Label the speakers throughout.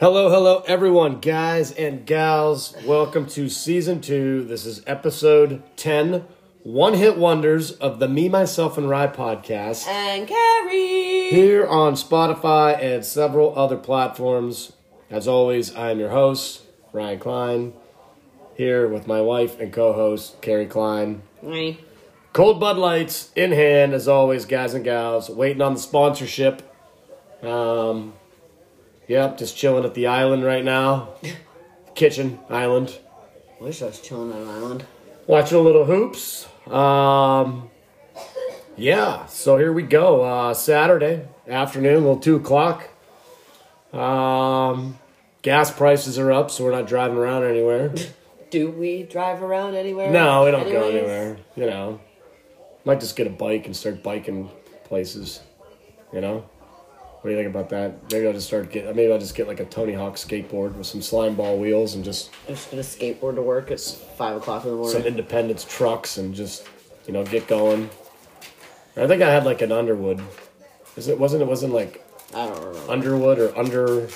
Speaker 1: Hello, hello, everyone, guys and gals. Welcome to season two. This is episode 10 One Hit Wonders of the Me, Myself, and Rye podcast
Speaker 2: and Carrie.
Speaker 1: here on Spotify and several other platforms. As always, I am your host, Ryan Klein, here with my wife and co host, Carrie Klein.
Speaker 2: Me.
Speaker 1: Cold Bud Lights in hand, as always, guys and gals, waiting on the sponsorship. Um, yep, just chilling at the island right now. Kitchen island.
Speaker 2: Wish I was chilling on an island.
Speaker 1: Watching a little hoops. Um, yeah, so here we go. Uh, Saturday afternoon, a little 2 o'clock. Um, gas prices are up, so we're not driving around anywhere.
Speaker 2: Do we drive around anywhere?
Speaker 1: No, we don't go
Speaker 2: anyways?
Speaker 1: anywhere. You know, might just get a bike and start biking places. You know, what do you think about that? Maybe I'll just start get. Maybe I'll just get like a Tony Hawk skateboard with some slime ball wheels and just
Speaker 2: I'm just gonna skateboard to work at five o'clock in the morning.
Speaker 1: some Independence trucks and just you know get going. I think I had like an Underwood. Is it wasn't it wasn't like
Speaker 2: I don't remember.
Speaker 1: Underwood or under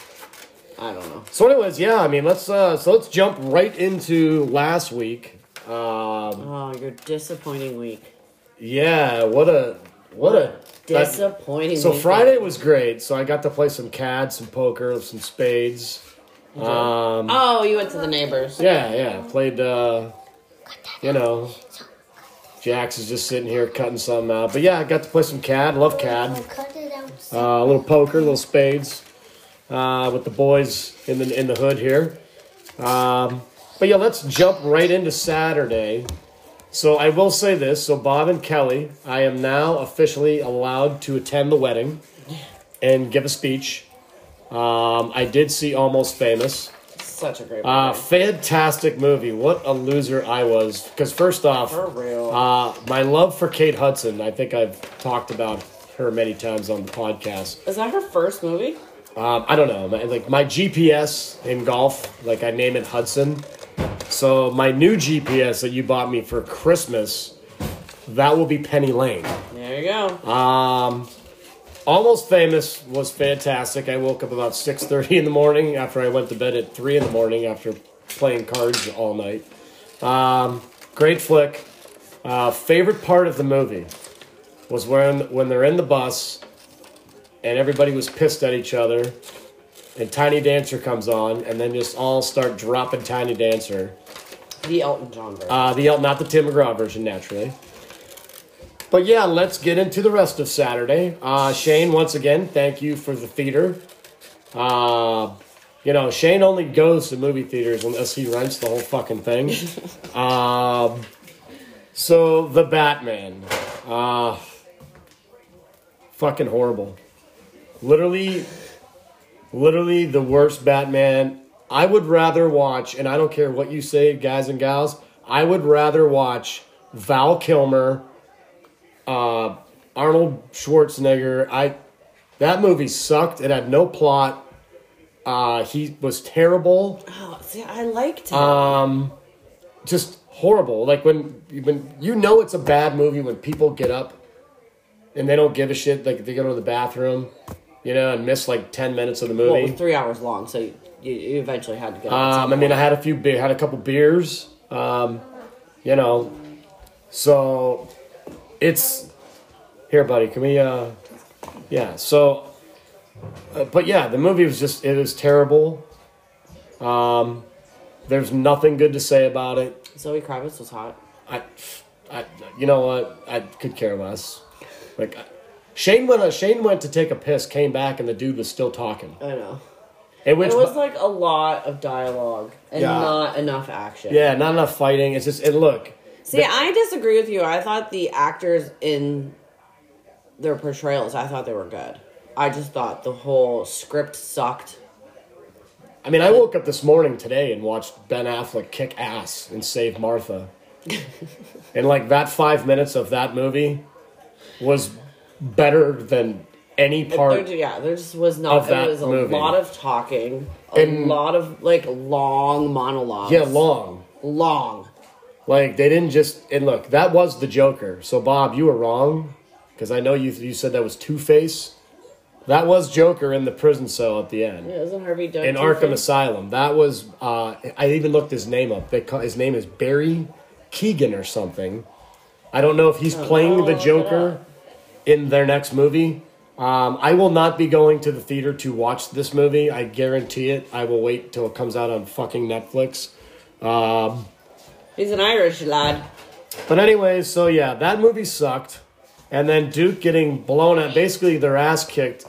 Speaker 2: I don't know.
Speaker 1: So, anyways, yeah, I mean, let's uh, so let's jump right into last week. Um,
Speaker 2: Oh, your disappointing week.
Speaker 1: Yeah, what a what a that-
Speaker 2: Disappointing.
Speaker 1: So
Speaker 2: week.
Speaker 1: Friday was great. So I got to play some CAD, some poker, some spades. Um,
Speaker 2: Oh, you went to the neighbors.
Speaker 1: yeah, yeah, played. Uh, you know, Jax is just sitting here cutting something out. But yeah, I got to play some CAD. Love CAD.
Speaker 3: Cut it out.
Speaker 1: Uh, a little poker, a little spades uh, with the boys in the in the hood here. Um, but yeah, let's jump right into Saturday. So I will say this: so Bob and Kelly, I am now officially allowed to attend the wedding and give a speech. Um, I did see Almost Famous.
Speaker 2: Such a great.
Speaker 1: Uh,
Speaker 2: party.
Speaker 1: fantastic movie. What a loser I was. Because first off,
Speaker 2: For real.
Speaker 1: Uh, my love for Kate Hudson. I think I've talked about her many times on the podcast.
Speaker 2: Is that her first movie?
Speaker 1: Um, I don't know. My, like my GPS in golf, like I name it Hudson. So my new GPS that you bought me for Christmas, that will be Penny Lane.
Speaker 2: There you go.
Speaker 1: Uh, Almost Famous was fantastic. I woke up about six thirty in the morning after I went to bed at three in the morning after playing cards all night. Um, great flick. Uh, favorite part of the movie was when when they're in the bus and everybody was pissed at each other, and Tiny Dancer comes on, and then just all start dropping Tiny Dancer.
Speaker 2: the Elton John version.
Speaker 1: Uh, the El- not the Tim McGraw version, naturally. But yeah, let's get into the rest of Saturday. Uh, Shane, once again, thank you for the theater. Uh, you know, Shane only goes to movie theaters unless he rents the whole fucking thing. um, so the Batman, uh, fucking horrible. Literally, literally the worst Batman. I would rather watch, and I don't care what you say, guys and gals. I would rather watch Val Kilmer, uh, Arnold Schwarzenegger. I that movie sucked. It had no plot. Uh, he was terrible.
Speaker 2: oh, see, I liked it.
Speaker 1: uh, Just horrible. Like when when you know it's a bad movie when people get up and they don't give a shit. Like they go to the bathroom, you know, and miss like ten minutes of the movie.
Speaker 2: well, it was three hours long, so you, you, you eventually had to go.
Speaker 1: Um, I mean, I had a few, be- had a couple beers, um, you know. So it's here, buddy. Can we? Uh, yeah. So, uh, but yeah, the movie was just it was terrible. Um, there's nothing good to say about it.
Speaker 2: Zoe Kravitz was hot.
Speaker 1: I, I, you know what? I could care less. Like Shane went. uh, Shane went to take a piss, came back, and the dude was still talking.
Speaker 2: I know.
Speaker 1: And which
Speaker 2: It was like a lot of dialogue and
Speaker 1: Yeah.
Speaker 2: not enough action.
Speaker 1: yeah, not enough fighting. It's just and look.
Speaker 2: See, I disagree with you. I thought the actors in their portrayals, I thought they were good. I just thought the whole script sucked.
Speaker 1: I mean, I woke up this morning today and watched Ben Affleck kick ass and save Martha. and like that five minutes of that movie was better than any
Speaker 2: There,
Speaker 1: part.
Speaker 2: yeah, there just was not.
Speaker 1: Of that
Speaker 2: It was a
Speaker 1: movie.
Speaker 2: lot of talking, a
Speaker 1: And-
Speaker 2: lot of like long monologues.
Speaker 1: Yeah, long.
Speaker 2: long.
Speaker 1: Like they didn't just and look that was the Joker. So Bob, you were wrong because I know you you said that was Two Face. That was Joker in the prison cell at the end
Speaker 2: Yeah, isn't Harvey Dent
Speaker 1: in Arkham Asylum. That was uh, I even looked his name up. They call, his name is Barry Keegan or something. I don't know if he's playing
Speaker 2: I'll
Speaker 1: the
Speaker 2: Oh, look it
Speaker 1: Joker in their next movie. Um, I will not be going to the theater to watch this movie. I guarantee it. I will wait till it comes out on fucking Netflix.
Speaker 2: He's an Irish lad.
Speaker 1: But anyways, so yeah, that movie sucked. And then Duke getting blown out, basically their ass kicked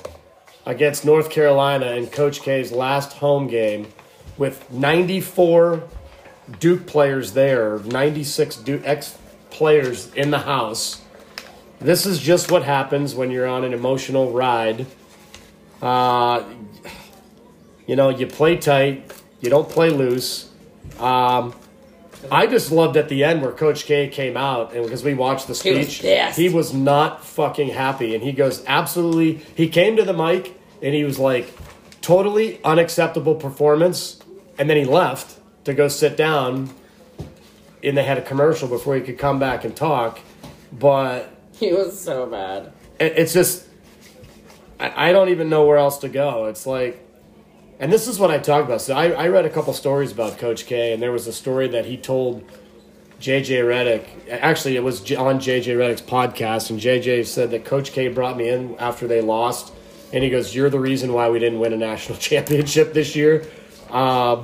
Speaker 1: against North Carolina in Coach K's last home game with 94 Duke players there, 96 Duke ex players in the house. This is just what happens when you're on an emotional ride. Uh, you know, you play tight, you don't play loose. Um, I just loved at the end where Coach K came out and because we watched the
Speaker 2: was
Speaker 1: speech,
Speaker 2: pissed.
Speaker 1: he was not fucking happy, and he goes absolutely. He came to the mic and he was like, "Totally unacceptable performance," and then he left to go sit down, and they had a commercial before he could come back and talk, but
Speaker 2: He was so bad.
Speaker 1: it- it's just I, I don't even know where else to go it's like and this is what i talk about so I, I read a couple stories about coach k and there was a story that he told jj reddick actually it was J- on jj reddick's podcast and jj said that coach k brought me in after they lost and he goes you're the reason why we didn't win a national championship this year um,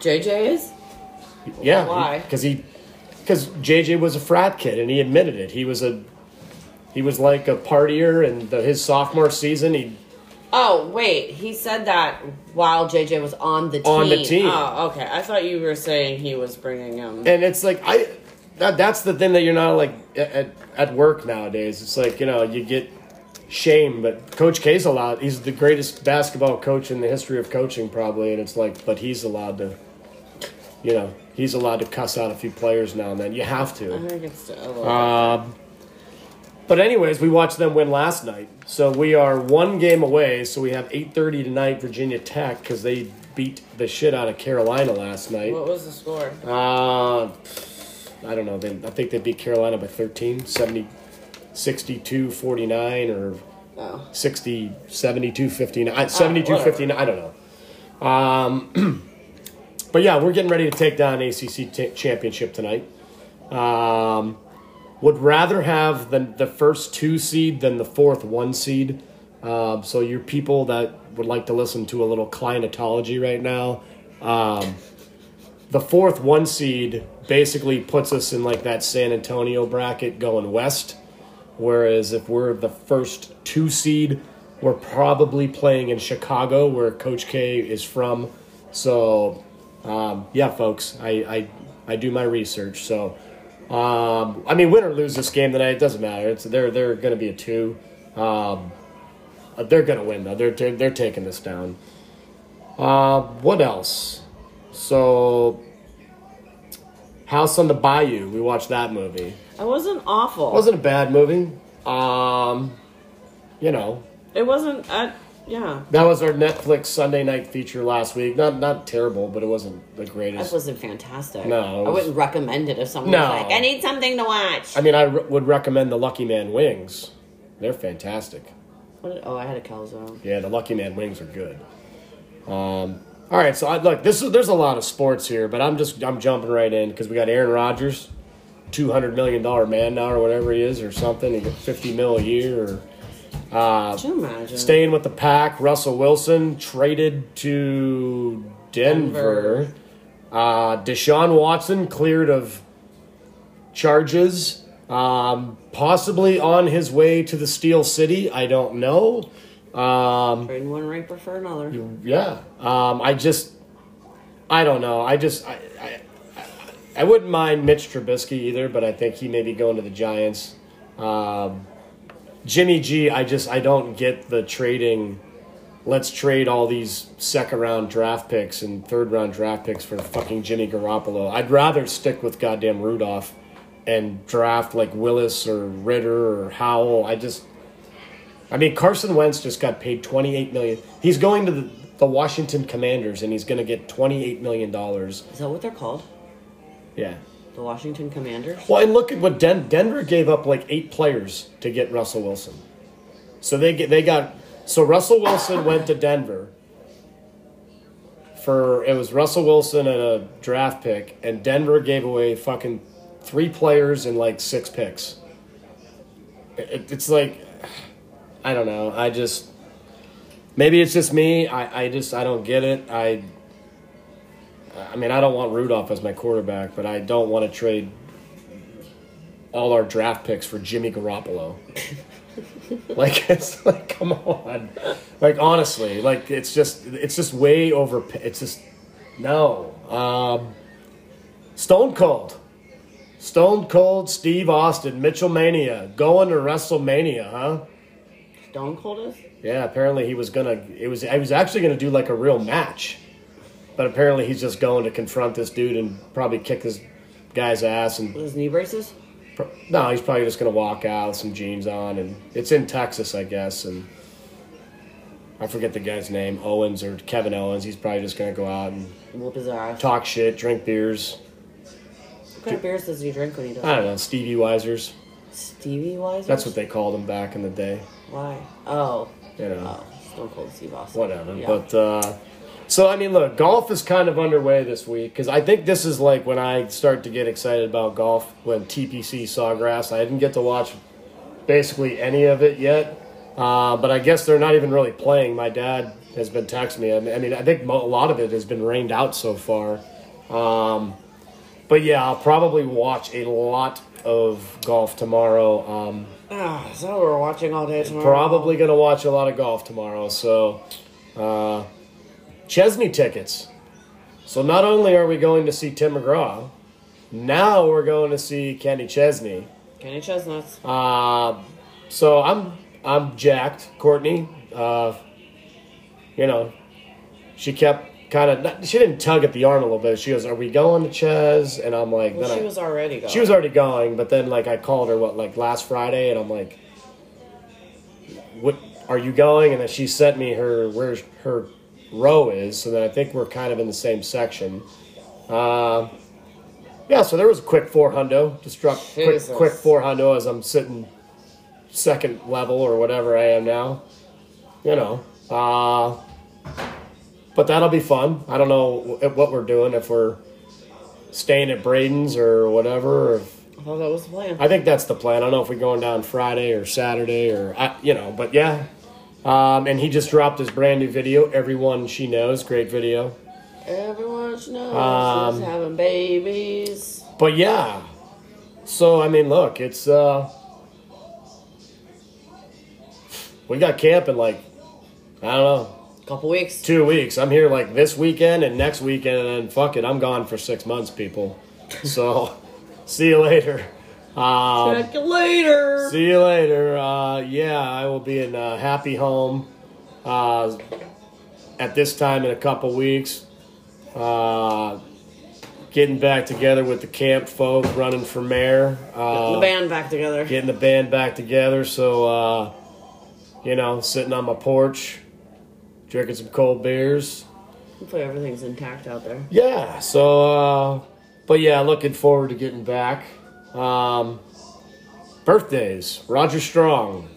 Speaker 2: JJ is?
Speaker 1: yeah,
Speaker 2: Why?
Speaker 1: Because he, because JJ was a frat kid, and he admitted it. He was a, he was like a partier, and the, his sophomore season, he
Speaker 2: Oh, wait. He said that while JJ was on the team.
Speaker 1: On the team. Eh.
Speaker 2: Oh, okay. I thought you were saying he was bringing him.
Speaker 1: and it's like I, that, that's the thing that you're not like at, at at work nowadays. It's like you know you get shame, but Coach K's allowed. He's the greatest basketball coach in the history of coaching, probably, and it's like, but he's allowed to, you know, he's allowed to cuss out a few players now and then. You have to.
Speaker 2: I think it's a little.
Speaker 1: Um, but anyways, we watched them win last night, so we are one game away. So we have eight thirty tonight, Virginia Tech, because they beat the shit out of Carolina last night.
Speaker 2: what was the score?
Speaker 1: Uh, I don't know. They, I think they beat Carolina by 13, 70, 62, 49, or
Speaker 2: Oh.
Speaker 1: 60, 72, 59, I- 72,
Speaker 2: whatever.
Speaker 1: 59, uh, I don't know. Um, but yeah, we're getting ready to take down ACC t- championship tonight. Um, would rather have the, the first two seed than the fourth one seed. Um, so your people that would like to listen to a little climatology right now, um, the fourth one seed basically puts us in like that San Antonio bracket going west. Whereas if we're the first two seed, we're probably playing in Chicago, where Coach K is from. So, um, yeah, folks, I, I I do my research. So, um, I mean, win or lose this game tonight, it doesn't matter. It's they're they're going to be a two. Um, uh, they're going to win though. They're they're they're taking this down. Uh, what else? So, House on the Bayou. We watched that movie
Speaker 2: It wasn't awful.
Speaker 1: wasn't a bad movie. Um, you know,
Speaker 2: It wasn't. I, yeah.
Speaker 1: that was our Netflix Sunday night feature last week. Not not terrible, but it wasn't the
Speaker 2: This
Speaker 1: greatest.
Speaker 2: wasn't fantastic.
Speaker 1: No, it
Speaker 2: I
Speaker 1: was-
Speaker 2: wouldn't recommend it if someone
Speaker 1: No.
Speaker 2: was like, I need something to watch.
Speaker 1: I mean, I re- would recommend the Lucky Man wings. They're fantastic.
Speaker 2: What, oh, I had a calzone.
Speaker 1: Yeah, the Lucky Man wings are good. Um, all right, so I, look, this is there's a lot of sports here, but I'm just I'm jumping right in because we got Aaron Rodgers, two hundred million dollar man now or whatever he is or something. He got fifty mil a year or. Uh,
Speaker 2: Could you imagine?
Speaker 1: Staying with the pack, Russell Wilson traded to Denver.
Speaker 2: Denver.
Speaker 1: Uh, Deshaun Watson cleared of charges, um, possibly on his way to the Steel City. I don't know. Um,
Speaker 2: Trading one raper for another.
Speaker 1: yeah, um, I just, I don't know. I just, I, I, I- I wouldn't mind Mitch Trubisky either, but I think he may be going to the Giants. Um, Jimmy G, I just, I don't get the trading. Let's trade all these second round draft picks and third round draft picks for fucking Jimmy Garoppolo. I'd rather stick with goddamn Rudolph and draft like Willis or Ritter or Howell. I just, I mean, Carson Wentz just got paid twenty eight million. He's going to the, the Washington Commanders, and he's going to get twenty eight million dollars.
Speaker 2: Is that what they're called?
Speaker 1: Yeah,
Speaker 2: The Washington Commanders.
Speaker 1: Well, and look at what Den- Denver gave up like eight players to get Russell Wilson. So they get, they got so Russell Wilson went to Denver for it was Russell Wilson and a draft pick, and Denver gave away fucking three players and like six picks. It, it's like I don't know. I just maybe it's just me. I, I just I don't get it. I I mean I don't want Rudolph as my quarterback, but I don't want to trade all our draft picks for Jimmy Garoppolo. like it's like come on. Like honestly, like it's just it's just way over it's just no. Um Stone Cold. Stone Cold Steve Austin, Mitchell Mania, going to WrestleMania, huh?
Speaker 2: Stone Cold is.
Speaker 1: Yeah, apparently he was gonna. It was. I was actually gonna do like a real match, but apparently he's just going to confront this dude and probably kick this guy's ass. And
Speaker 2: With his knee braces.
Speaker 1: pro- no, he's probably just gonna walk out with some jeans on, and it's in Texas, I guess. And I forget the guy's name, Owens or Kevin Owens. He's probably just gonna go out and
Speaker 2: Whoop his ass.
Speaker 1: talk shit, drink beers.
Speaker 2: What kind of beers does he drink when he does?
Speaker 1: I don't know, Stevie Weisers.
Speaker 2: Stevie Weiser.
Speaker 1: Uh, That's what they called him back in the day.
Speaker 2: Why? Oh.
Speaker 1: You know.
Speaker 2: Oh, Stone Cold Steve Austin.
Speaker 1: whatever.
Speaker 2: Yeah.
Speaker 1: But uh, so I mean, look, golf is kind of underway this week because I think this is like when I start to get excited about golf. When TPC Sawgrass, I didn't get to watch basically any of it yet. Uh, but I guess they're not even really playing. My dad has been texting me. I mean- I mean, I think mo- a lot of it has been rained out so far. Um, but yeah, I'll probably watch a lot of golf tomorrow. Um,
Speaker 2: Ah, so we're watching all day tomorrow.
Speaker 1: Probably going to watch a lot of golf tomorrow. So, uh, Chesney tickets. So, not only are we going to see Tim McGraw, now we're going to see Kenny Chesney.
Speaker 2: Kenny Chestnuts.
Speaker 1: Uh, so, I'm, I'm jacked, Courtney. Uh, you know, she kept kind of, she didn't tug at the arm a little bit. She goes, Are we going to Ches? And I'm like,
Speaker 2: Well,
Speaker 1: then
Speaker 2: she
Speaker 1: I,
Speaker 2: was already gone.
Speaker 1: she was already going, but then like I called her what like last Friday, and I'm like, "What are you going?" And then she sent me her where her row is, so then I think we're kind of in the same section. Uh, yeah, so there was a quick four hundo, just struck quick,
Speaker 2: Jesus.
Speaker 1: quick four hundo as I'm sitting second level or whatever I am now. You know, uh, but that'll be fun. I don't know wh- what we're doing if we're staying at Braden's or whatever. Or if-
Speaker 2: I thought that was the plan.
Speaker 1: I think that's the plan. I don't know if we're going down Friday or Saturday or I, you know, but yeah. Um, and he just dropped his brand new video. Everyone she knows, great video.
Speaker 2: Everyone should know
Speaker 1: Um,
Speaker 2: she's having babies.
Speaker 1: But yeah, so I mean, look, it's uh, we got camp in like I don't know
Speaker 2: Couple weeks.
Speaker 1: two weeks. I'm here like this weekend and next weekend, and then fuck it, I'm gone for six months, people. So see you later. Um,
Speaker 2: Check you later.
Speaker 1: See you later. Uh, yeah, I will be in uh, Happy Home uh, at this time in a couple weeks. Uh, getting back together with the camp folk, running for mayor,
Speaker 2: the
Speaker 1: uh,
Speaker 2: band back together.
Speaker 1: getting the band back together. So, uh, you know, sitting on my porch, drinking some cold beers.
Speaker 2: Hopefully everything's intact out there.
Speaker 1: Yeah. So, uh, but yeah, looking forward to getting back. Um, birthdays: Roger Strong.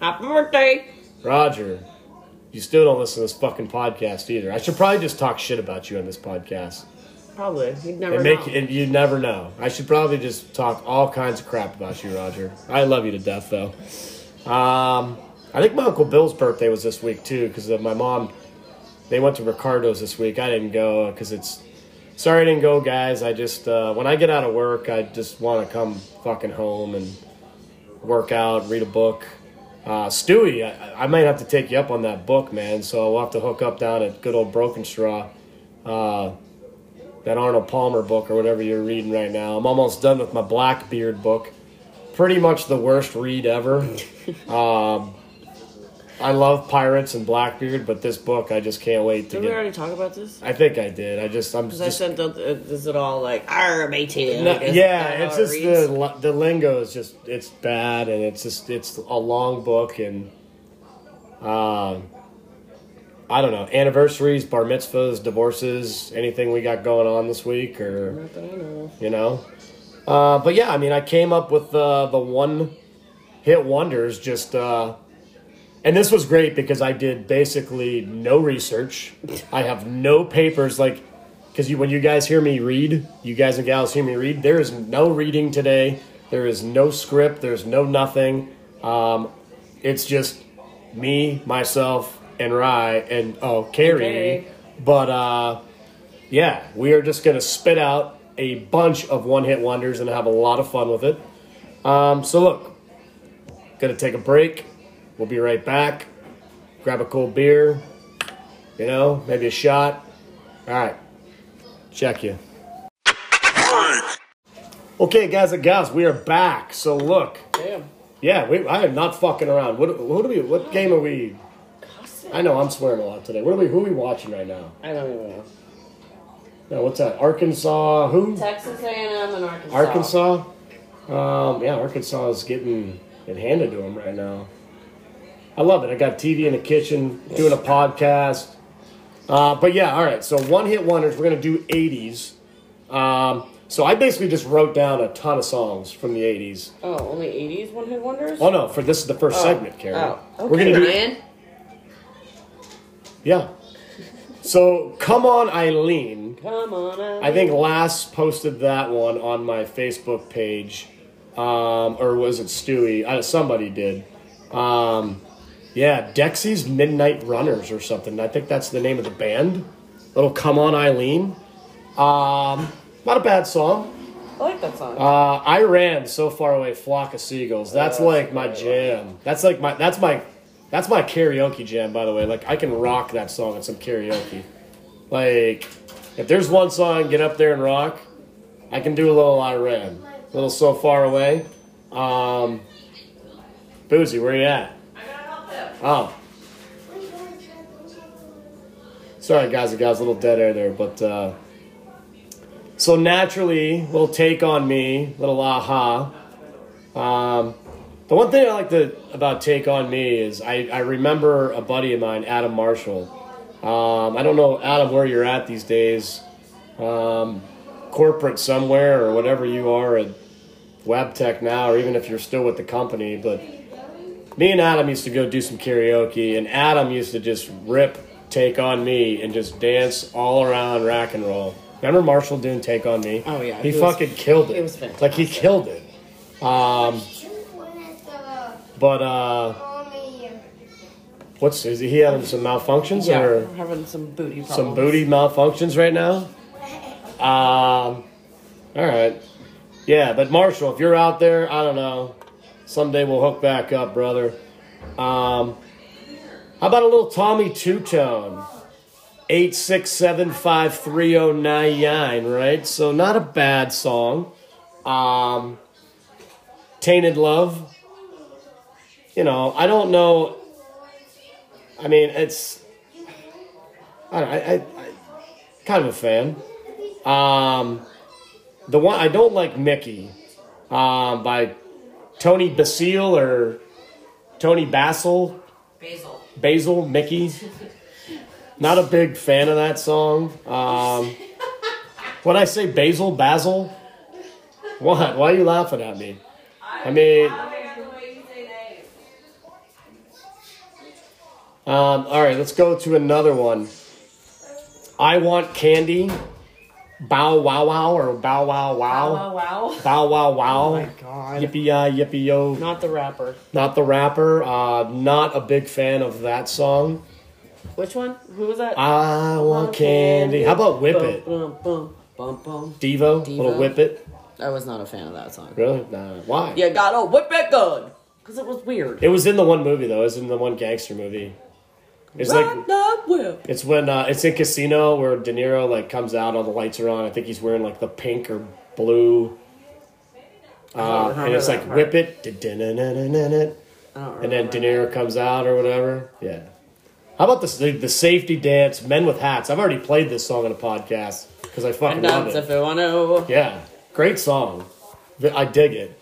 Speaker 2: Happy birthday.
Speaker 1: Roger, you still don't listen to this fucking podcast either. I should probably just talk shit about you on this podcast.
Speaker 2: Probably. You'd never
Speaker 1: And make
Speaker 2: know.
Speaker 1: and you never know. I should probably just talk all kinds of crap about you, Roger. I love you to death though. Um, I think my uncle Bill's birthday was this week too because my mom. They went to Ricardo's this week. I didn't go because it's. Sorry I didn't go, guys. I just uh, when I get out of work, I just want to come fucking home and work out, read a book. Uh, Stewie, I, I might have to take you up on that book, man. So we'll have to hook up down at good old Broken Straw. Uh, that Arnold Palmer book or whatever you're reading right now. I'm almost done with my Blackbeard book. Pretty much the worst read ever. um, I love pirates and Blackbeard, but this book I just can't wait to
Speaker 2: Did we
Speaker 1: get.
Speaker 2: already talk about this?
Speaker 1: I think I did. I just I'm
Speaker 2: Because I
Speaker 1: just
Speaker 2: sent out, uh, is it all like, arr, matey?
Speaker 1: No,
Speaker 2: I guess that's
Speaker 1: yeah, it's
Speaker 2: how it
Speaker 1: just
Speaker 2: reads.
Speaker 1: the li- the lingo is just it's bad and it's just it's a long book and um I don't know anniversaries, bar mitzvahs, divorces, anything we got going on this week or
Speaker 2: Not that I know.
Speaker 1: you know Uh, but yeah, I mean, I came up with the the one hit wonders. Just uh, and this was great because I did basically no research. I have no papers, like because you when you guys hear me read, you guys and gals hear me read. There is no reading today. There is no script. There's no nothing. Um, it's just me, myself, and Rye, and oh, Carrie.
Speaker 2: Okay.
Speaker 1: But uh, yeah, we are just gonna spit out a bunch of one-hit wonders and have a lot of fun with it. Um, so look, gonna take a break. We'll be right back. Grab a cold beer, you know, maybe a shot. All right, check you. Okay, guys and gals, we are back. So look,
Speaker 2: Damn.
Speaker 1: yeah, we, I am not fucking around. What, who do we? What game are we? I know I'm swearing a lot today. What are we? Who are we watching right now?
Speaker 2: I don't even know.
Speaker 1: No, what's that? Arkansas? Who?
Speaker 2: Texas A&M and Arkansas.
Speaker 1: Arkansas. Um, yeah, Arkansas is getting it handed to them right now. I love it. I got TV in the kitchen, doing a podcast. Uh, but yeah, all right. So one hit wonders. We're gonna do '80s. Um, so I basically just wrote down a ton of songs from the '80s.
Speaker 2: Oh, only 80s one hit wonders?
Speaker 1: Oh no, for this is the first segment, Karen.
Speaker 2: Oh, okay,
Speaker 1: We're gonna do
Speaker 2: Ryan.
Speaker 1: yeah. So come on, Eileen.
Speaker 2: Come on.
Speaker 1: I think Lass posted that one on my Facebook page, um, or was it Stewie? I, somebody did. Um, yeah, Dexy's Midnight Runners or something. I think that's the name of the band. Little Come On Eileen. Um, not a bad song.
Speaker 2: I like that song.
Speaker 1: Uh, I ran so far away, flock of seagulls. That's
Speaker 2: Yeah,
Speaker 1: like
Speaker 2: that's
Speaker 1: my
Speaker 2: great.
Speaker 1: jam. That's like my that's my that's my karaoke jam. By the way, like I can rock that song at some karaoke. Like if there's one song, get up there and rock. I can do a little I ran, a little so far away. Um, Boozy, where you at? Oh, sorry guys, I got a little dead air there, but uh, so naturally, little take on me, little aha. Um, the one thing I like to, about Take On Me is I, I remember a buddy of mine, Adam Marshall. Um, I don't know, Adam, where you're at these days. Um, corporate somewhere or whatever you are at WebTech now, or even if you're still with the company. But me and Adam used to go do some karaoke, and Adam used to just rip Take On Me and just dance all around rock and roll. Remember Marshall doing Take On Me?
Speaker 2: Oh, yeah,
Speaker 1: He,
Speaker 2: he was-
Speaker 1: fucking killed it.
Speaker 2: he was
Speaker 1: Like, he
Speaker 2: fantastic.
Speaker 1: killed it. Um, but uh, what's is he having some malfunctions
Speaker 2: yeah,
Speaker 1: or
Speaker 2: we're having some booty problems.
Speaker 1: some booty malfunctions right now? Um, all right, yeah. But Marshall, if you're out there, I don't know. Someday we'll hook back up, brother. Um, how about a little Tommy Two Tone? Eight six seven five three zero nine nine. Right, so not a bad song. Um, Tainted Love. You know, I don't know. I mean, it's. I don't, I, I, I kind of a fan. Um, the one I don't like Mickey, um, by Tony Basile or Tony Basil
Speaker 2: Basil.
Speaker 1: Basil Mickey. Not a big fan of that song. Um, when I say Basil Basil, what? Why are you laughing at me? I mean. Um, all right, let's go to another one. I want candy. Bow wow wow or bow wow wow.
Speaker 2: Wow, wow.
Speaker 1: Bow wow wow.
Speaker 2: Oh my God.
Speaker 1: Yippee yi yippee yo.
Speaker 2: Not the rapper.
Speaker 1: Not the rapper. Uh, not a big fan of that song.
Speaker 2: Which one? Who was that?
Speaker 1: I want candy. How about whip
Speaker 2: Bum,
Speaker 1: it?
Speaker 2: bum, bum, bum, bum.
Speaker 1: Devo, little
Speaker 2: Devo.
Speaker 1: whip it.
Speaker 2: I was not a fan of that song.
Speaker 1: Really? Nah. Why?
Speaker 2: You gotta whip it good. Because it was weird.
Speaker 1: It was in the one movie though. It was in the one gangster movie. It's like
Speaker 2: Ride the whip.
Speaker 1: It's when uh, it's in Casino where De Niro like comes out, all the lights are on. I think he's wearing like the pink or blue, uh,
Speaker 2: remember
Speaker 1: and it's
Speaker 2: that
Speaker 1: like
Speaker 2: part.
Speaker 1: whip it, da-da-na-na-na-na,
Speaker 2: I don't
Speaker 1: and then
Speaker 2: remember.
Speaker 1: De Niro comes out or whatever. Yeah. How about this the, the safety dance, Men with Hats? I've already played this song on a podcast because I fucking
Speaker 2: And um,
Speaker 1: love
Speaker 2: dance
Speaker 1: it.
Speaker 2: if you wanna.
Speaker 1: Yeah, great song. Th- I dig it.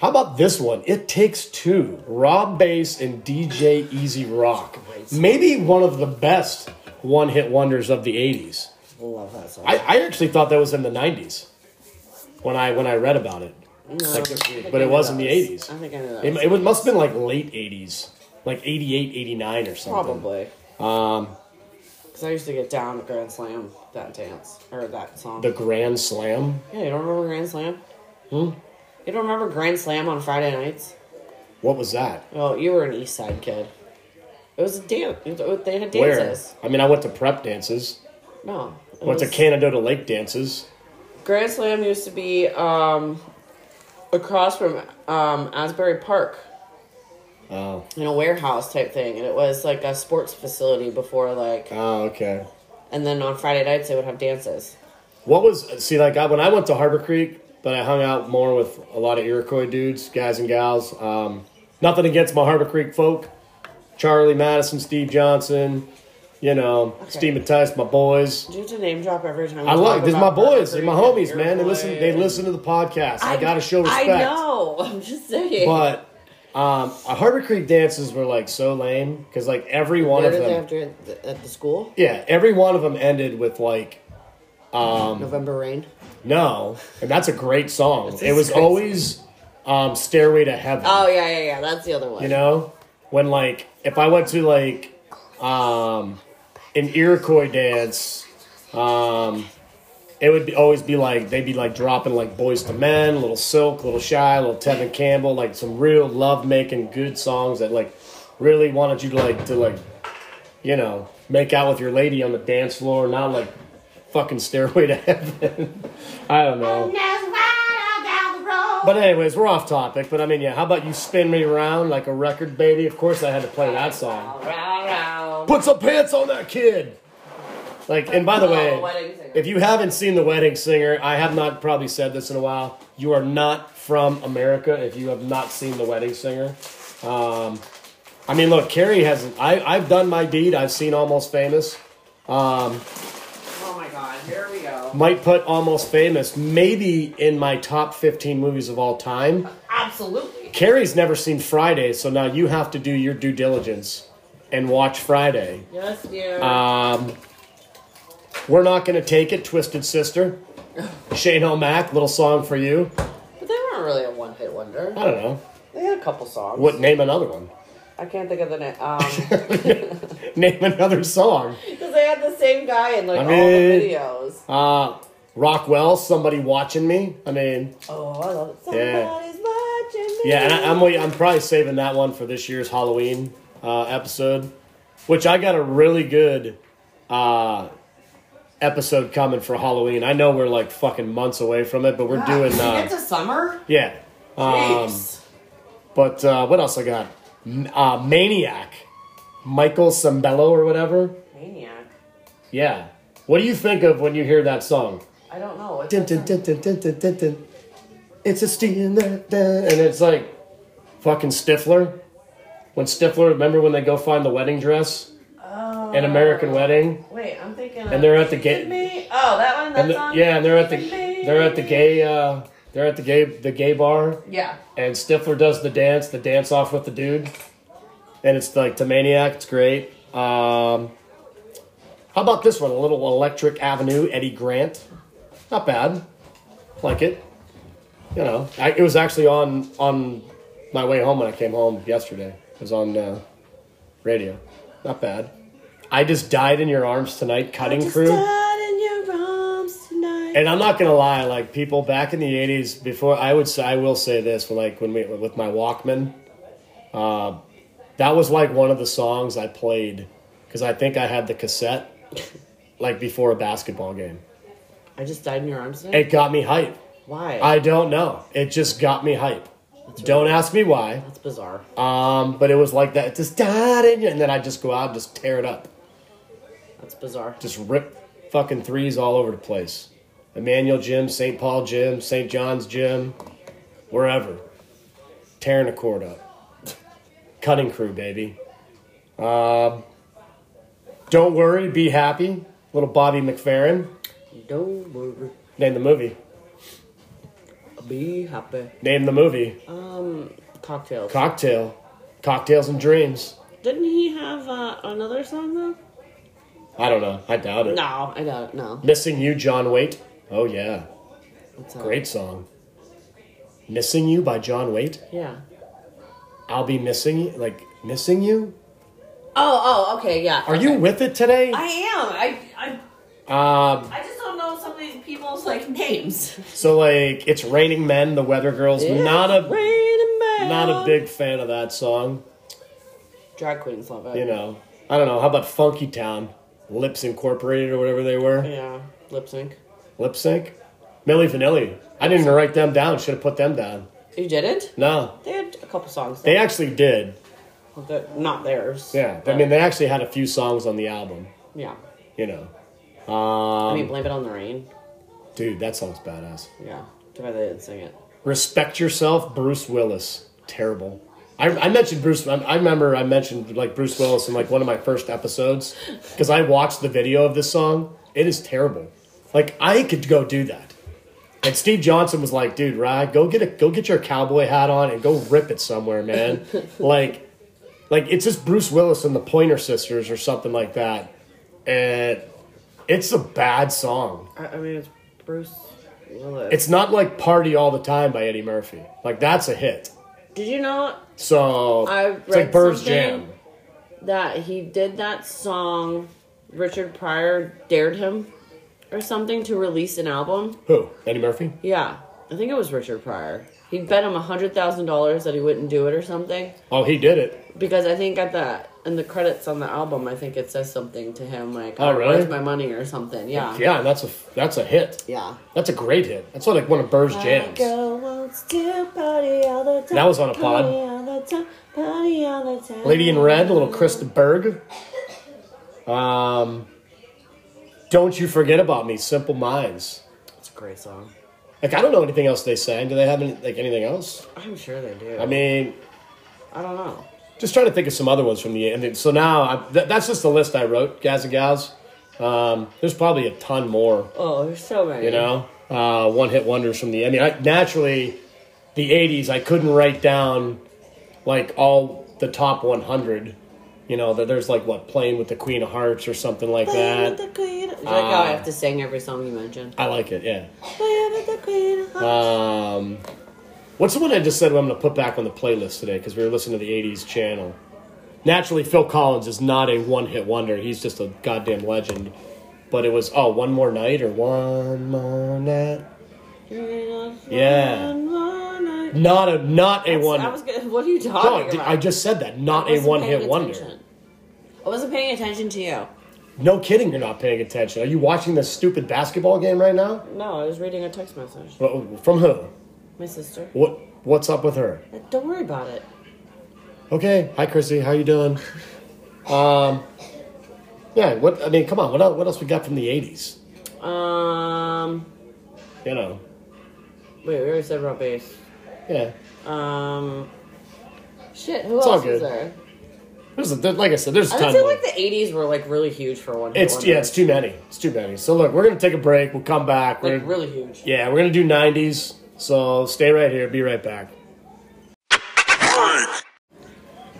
Speaker 1: How about this one? It takes two. Rob Bass and DJ Easy Rock. Maybe one of the best one-hit wonders of the '80s.
Speaker 2: Love that song.
Speaker 1: I, I actually thought that was in the '90s. when I when I read about it.
Speaker 2: I think
Speaker 1: but
Speaker 2: I
Speaker 1: it
Speaker 2: knew
Speaker 1: was
Speaker 2: that
Speaker 1: in the 80s.
Speaker 2: I think I know that.
Speaker 1: It,
Speaker 2: was-
Speaker 1: it must have been like late 80s, like 88, 89 or something.
Speaker 2: probably. Um, because I used to get down to Grand Slam that dance or that song.
Speaker 1: The Grand Slam.
Speaker 2: yeah, you don't remember Grand Slam? Hmm. You don't remember Grand Slam on Friday nights?
Speaker 1: What was that?
Speaker 2: Well, you were an East Side kid. It was a dance. They had
Speaker 1: Where?
Speaker 2: dances.
Speaker 1: I mean, I went to prep dances,
Speaker 2: No. it
Speaker 1: went to
Speaker 2: was-
Speaker 1: Canadota Lake dances.
Speaker 2: Grand Slam used to be um, across from um, Asbury Park
Speaker 1: Oh,
Speaker 2: in a warehouse type thing, and it was like a sports facility before like.
Speaker 1: oh, okay.
Speaker 2: And then on Friday nights they would have dances.
Speaker 1: What was see like I, when I went to Harbor Creek, but I hung out more with a lot of Iroquois dudes, guys and gals. Um, nothing against my Harbor Creek folk, Charlie Madison, Steve Johnson, you know, Steve Matisse, my boys.
Speaker 2: Do you have to name drop every time?
Speaker 1: I love these.
Speaker 2: these.
Speaker 1: My boys, they're my homies, man. They listen. They listen to the podcast. I, gotta show respect.
Speaker 2: I know. I'm just saying.
Speaker 1: But um, uh, Harbor Creek dances were like so lame because like every one of
Speaker 2: Where did
Speaker 1: them,
Speaker 2: they have to th- at the school?
Speaker 1: yeah, every one of them ended with like
Speaker 2: November rain.
Speaker 1: No, and that's a great song. it was
Speaker 2: crazy.
Speaker 1: always um, "Stairway to Heaven."
Speaker 2: Oh yeah, yeah, yeah. That's the other one.
Speaker 1: You know, when like if I went to like um, an Iroquois dance, um, it would be, always be like they'd be like dropping like Boys to Men, Little Silk, Little Shy, Little Tevin Campbell, like some real love making good songs that like really wanted you to like to like you know make out with your lady on the dance floor, not like fucking Stairway to Heaven. I don't know.
Speaker 3: And that's right down the road.
Speaker 1: But anyways, we're off topic. But I mean, yeah. How about you spin me around like a record baby? Of course, I had to play that song.
Speaker 2: Round, round.
Speaker 1: Put some pants on that kid. Like, and by the
Speaker 2: Oh, Wedding
Speaker 1: way,
Speaker 2: Singer.
Speaker 1: if you haven't seen The Wedding Singer, I have not probably said this in a while. You are not from America if you have not seen The Wedding Singer. Um, I mean, look, Carrie hasn't. I I've done my deed. I've seen Almost Famous.
Speaker 2: Oh my God. Here we go.
Speaker 1: Might put Almost Famous maybe in my top fifteen movies of all time.
Speaker 2: Absolutely.
Speaker 1: Carrie's never seen Friday, so now you have to do your due diligence and watch Friday.
Speaker 2: Yes, dear.
Speaker 1: Um, we're not going to take it, Twisted Sister. Shane O'Mac, little song for you.
Speaker 2: but they weren't really a one-hit wonder.
Speaker 1: I don't know.
Speaker 2: They had a couple songs.
Speaker 1: What? Name another one.
Speaker 2: I can't think of the name. Um,
Speaker 1: Name another song.
Speaker 2: because they had the same guy in like
Speaker 1: I
Speaker 2: all
Speaker 1: mean-
Speaker 2: the videos.
Speaker 1: Uh, Rockwell, somebody watching me. I mean,
Speaker 2: Oh, I love it.
Speaker 1: Yeah.
Speaker 2: Somebody's watching me.
Speaker 1: yeah, and I, I'm I'm probably saving that one for this year's Halloween uh, episode, which I got a really good uh, episode coming for Halloween. I know we're like fucking months away from it, but
Speaker 2: Ah,
Speaker 1: we're doing
Speaker 2: It's
Speaker 1: uh,
Speaker 2: a summer.
Speaker 1: yeah. Um,
Speaker 2: Jeez.
Speaker 1: but uh, what else I got? M- Uh, Maniac, Michael Sambello or whatever.
Speaker 2: Maniac.
Speaker 1: Yeah. What do you think of when you hear that song?
Speaker 2: I don't know. What's
Speaker 1: Dun,
Speaker 2: that
Speaker 1: dun,
Speaker 2: song?
Speaker 1: dun, dun, dun, dun, dun, dun. It's a steam and it's like fucking Stifler. When Stifler, remember when they go find the wedding dress?
Speaker 2: Oh.
Speaker 1: An American wedding?
Speaker 2: Wait, I'm thinking.
Speaker 1: And they're at the
Speaker 2: Freaking
Speaker 1: gate-
Speaker 2: Me? Oh, that one. That
Speaker 1: And the-
Speaker 2: song.
Speaker 1: yeah, and they're at the
Speaker 2: Freaking
Speaker 1: they're at the
Speaker 2: me.
Speaker 1: gay uh they're at the gay the gay bar
Speaker 2: Yeah.
Speaker 1: and Stifler does the dance, the dance off with the dude. And it's like to Maniac, it's great. Um How about this one? A little Electric Avenue, Eddie Grant. Not bad. Like it. You know, I, it was actually on on my way home when I came home yesterday. It was on uh, radio. Not bad. I just died in your arms tonight, cutting
Speaker 2: Just
Speaker 1: crew.
Speaker 2: died in your arms tonight.
Speaker 1: And I'm not gonna lie, like people back in the '80s, before I would say, I will say this, like when we with my Walkman, uh, that was like one of the songs I played because I think I had the cassette, like before a basketball game.
Speaker 2: I just died in your arms tonight.
Speaker 1: It got me hype.
Speaker 2: Why?
Speaker 1: I don't know. It just got me hype. Don't ask me why.
Speaker 2: That's bizarre.
Speaker 1: Um, but it was like that. It just died in you, and then I just go out and just tear it up,
Speaker 2: That's bizarre.
Speaker 1: just rip fucking threes all over the place. Emmanuel Gym, St. Paul Gym, St. John's Gym. wherever. Tearing a cord up. Cutting crew, baby. Um, don't worry, be happy. Little Bobby McFerrin.
Speaker 2: Don't worry,
Speaker 1: Name the movie.
Speaker 2: be happy.
Speaker 1: Name the movie.
Speaker 2: Um, cocktails.
Speaker 1: Cocktail. Cocktails and Dreams.
Speaker 2: Didn't he have uh, another song though?
Speaker 1: I don't know. I doubt it.
Speaker 2: No, I doubt it. No.
Speaker 1: Missing You, John Waite. Oh, yeah.
Speaker 2: What's up?
Speaker 1: Great song. Missing You by John Waite.
Speaker 2: Yeah.
Speaker 1: I'll be missing you. Like, missing you?
Speaker 2: Oh, oh, okay, yeah.
Speaker 1: Are you with it today?
Speaker 2: I am. I,
Speaker 1: Um,
Speaker 2: I, I just don't know some of these people's like names.
Speaker 1: so, like, it's Raining Men, The Weather Girls. Not a
Speaker 2: Rain
Speaker 1: not a big fan of that song.
Speaker 2: drag queens love it.
Speaker 1: You know, I don't know. How about Funky Town? Lips Incorporated or whatever they were.
Speaker 2: Yeah. Lip sync.
Speaker 1: Lip sync? Millie Vanilli. I didn't even write them down. Should have put them down.
Speaker 2: You didn't?
Speaker 1: No.
Speaker 2: They had a couple songs.
Speaker 1: They actually did.
Speaker 2: that- not theirs.
Speaker 1: Yeah. I mean, they actually had a few songs on the album,
Speaker 2: Yeah.
Speaker 1: you know. Um,
Speaker 2: I mean, blame it on the rain.
Speaker 1: dude, that song's badass.
Speaker 2: Yeah. Too bad they didn't sing it.
Speaker 1: Respect Yourself, Bruce Willis. Terrible. I, I mentioned Bruce. I, I remember I mentioned like Bruce Willis in like one of my first episodes because I watched the video of this song. It is terrible. Like I could go do that. And Steve Johnson was like, "Dude, Rod, go get a go get your cowboy hat on and go rip it somewhere, man." like, like it's just Bruce Willis and the Pointer Sisters or something like that. And it's a bad song.
Speaker 2: I, I mean, it's Bruce Willis.
Speaker 1: It's not like Party All the Time by Eddie Murphy. Like that's a hit.
Speaker 2: Did you know
Speaker 1: So
Speaker 2: I
Speaker 1: it's
Speaker 2: read
Speaker 1: like Bird's
Speaker 2: something.
Speaker 1: Jam.
Speaker 2: that he did that song? Richard Pryor dared him or something to release an album.
Speaker 1: Who? Eddie Murphy?
Speaker 2: Yeah, I think it was Richard Pryor. He'd bet him a hundred thousand dollars that he wouldn't do it or something
Speaker 1: Oh, he did it.
Speaker 2: because I think at the in the credits on the album, I think it says something to him like,
Speaker 1: Oh, really?
Speaker 2: where's my money?" or something. Yeah,
Speaker 1: Yeah, and that's a that's a hit.
Speaker 2: Ah. yeah.
Speaker 1: That's a great hit. That's on like one of Bird's
Speaker 2: My
Speaker 1: jams.
Speaker 2: girl wants to party all the time.
Speaker 1: That was on a pod.
Speaker 2: Party all the time. Party all the time.
Speaker 1: Lady in Red, a little Krista Berg. Um, don't you forget about me, Simple Minds.
Speaker 2: It's a great song.
Speaker 1: Like I don't know anything else they sang. Do they have any, like anything else?
Speaker 2: I'm sure they do.
Speaker 1: I mean,
Speaker 2: I don't know.
Speaker 1: just trying to think of some other ones from the end. So now I, th- that's just the list I wrote, guys and gals. Um, there's probably a ton more.
Speaker 2: Oh, there's so many.
Speaker 1: you know uh, one hit wonders from the i mean I, naturally the 80s i couldn't write down like all the top 100 you know that there's like what playing with the queen of hearts or something like
Speaker 2: Play with
Speaker 1: that
Speaker 2: the queen. Is that how I
Speaker 1: Uh,
Speaker 2: have to sing every song you mentioned?
Speaker 1: i like it yeah
Speaker 2: Play with the queen.
Speaker 1: um, what's the one i just said i'm going to put back on the playlist today because we were listening to the 80s channel naturally phil collins is not a one hit wonder he's just a goddamn legend but it was oh one more night or one more night Yeah. not a not a one
Speaker 2: I was gonna, what are you
Speaker 1: No,
Speaker 2: talking
Speaker 1: I, did-
Speaker 2: about?
Speaker 1: I just said that. Not a
Speaker 2: Wasn't
Speaker 1: one hit
Speaker 2: paying
Speaker 1: wonder.
Speaker 2: attention. I wasn't paying attention to you.
Speaker 1: No kidding, you're not paying attention. Are you watching this stupid basketball game right now?
Speaker 2: No, I was reading a text message.
Speaker 1: Wh- From who?
Speaker 2: My sister.
Speaker 1: What? What's up with her?
Speaker 2: Don't worry about it.
Speaker 1: Okay, hi Chrissy, how you doing? Um, yeah. What? I mean, come on. What else? What else we got from the '80s?
Speaker 2: Um,
Speaker 1: You know.
Speaker 2: wait, we already said about bass.
Speaker 1: Yeah.
Speaker 2: Um, shit, who
Speaker 1: It's all
Speaker 2: else was
Speaker 1: good.
Speaker 2: there?
Speaker 1: There's a, there- like I said, there's a
Speaker 2: I
Speaker 1: ton.
Speaker 2: feel
Speaker 1: more.
Speaker 2: like the '80s were like really huge for one. hit
Speaker 1: it's yeah,
Speaker 2: wonders.
Speaker 1: it's too many. It's too many. So look, we're gonna take a break. We'll come back. We're
Speaker 2: like really huge.
Speaker 1: yeah, we're gonna do '90s. So stay right here. Be right back.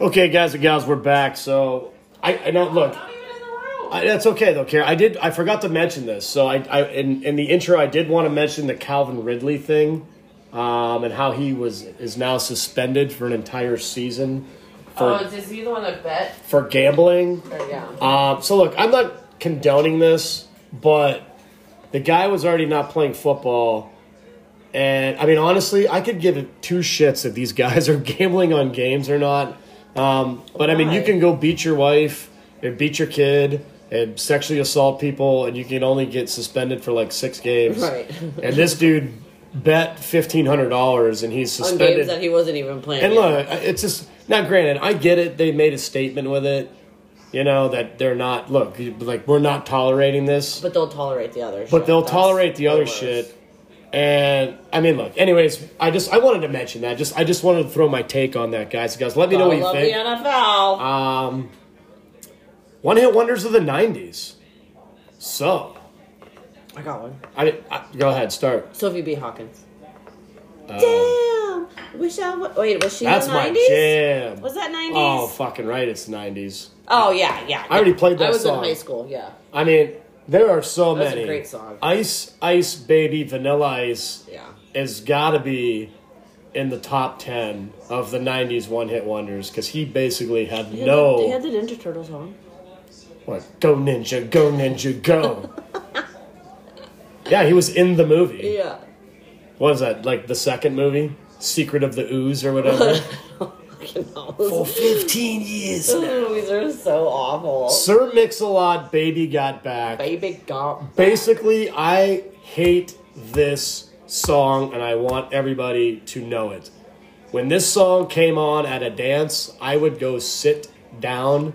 Speaker 1: Okay, guys and gals, we're back. So I, I know. Look, I, that's okay though, Karen. I did. I forgot to mention this. So I, I in, in the intro, I did want to mention the Calvin Ridley thing, um, and how he was is now suspended for an entire season for
Speaker 2: Oh, is he the one that bet?
Speaker 1: for gambling.
Speaker 2: Or, yeah.
Speaker 1: Um, so look, I'm not condoning this, but the guy was already not playing football. And I mean, honestly, I could give it two shits if these guys are gambling on games or not. Um, but I mean, you
Speaker 2: Why?
Speaker 1: can go beat your wife and beat your kid and sexually assault people, and you can only get suspended for like six games.
Speaker 2: Right.
Speaker 1: and this dude bet fifteen hundred dollars, and he's
Speaker 2: On
Speaker 1: suspended.
Speaker 2: games that he wasn't even playing.
Speaker 1: And
Speaker 2: yet.
Speaker 1: look, it's just now. Granted, I get it. They made a statement with it, you know, that they're not. Look, like we're not tolerating this,
Speaker 2: but they'll tolerate the other.
Speaker 1: but they'll tolerate the other shit. And I mean, look. Anyways, I just I wanted to mention that. Just I just wanted to throw my take on that, guys. Guys, let me
Speaker 2: You
Speaker 1: know
Speaker 2: know
Speaker 1: what you
Speaker 2: love
Speaker 1: think.
Speaker 2: the NFL.
Speaker 1: Um, one hit wonders of the '90s. So,
Speaker 2: I got one.
Speaker 1: I, I go ahead, start.
Speaker 2: Sophie B. Hawkins.
Speaker 1: Uh,
Speaker 2: Damn. Wish I would. Wait, was she
Speaker 1: that's
Speaker 2: in the
Speaker 1: my
Speaker 2: 90s?
Speaker 1: jam.
Speaker 2: Was that 90s?
Speaker 1: Oh, fucking right, it's '90s.
Speaker 2: Oh, yeah, yeah. yeah.
Speaker 1: I already played that
Speaker 2: I was
Speaker 1: song.
Speaker 2: in high school, yeah.
Speaker 1: I mean, There are so
Speaker 2: That's a
Speaker 1: many.
Speaker 2: great song.
Speaker 1: Ice, Ice Baby, Vanilla Ice
Speaker 2: Yeah.
Speaker 1: has got to be in the top 10 of the 90s one hit wonders because he basically had
Speaker 4: They had
Speaker 1: no.
Speaker 4: The, they had the Ninja Turtles on.
Speaker 1: What? Go ninja, go ninja, go. yeah, he was in the movie.
Speaker 4: Yeah.
Speaker 1: What was that? Like the second movie? Secret of the Ooze or whatever?
Speaker 2: Fucking hell.
Speaker 1: For 15 years.
Speaker 2: Those movies are so awful.
Speaker 1: Sir Mix-a-Lot, Baby Got Back.
Speaker 2: Baby Gump.
Speaker 1: Basically, I hate this song and I want everybody to know it. When this song came on at a dance, I would go sit down.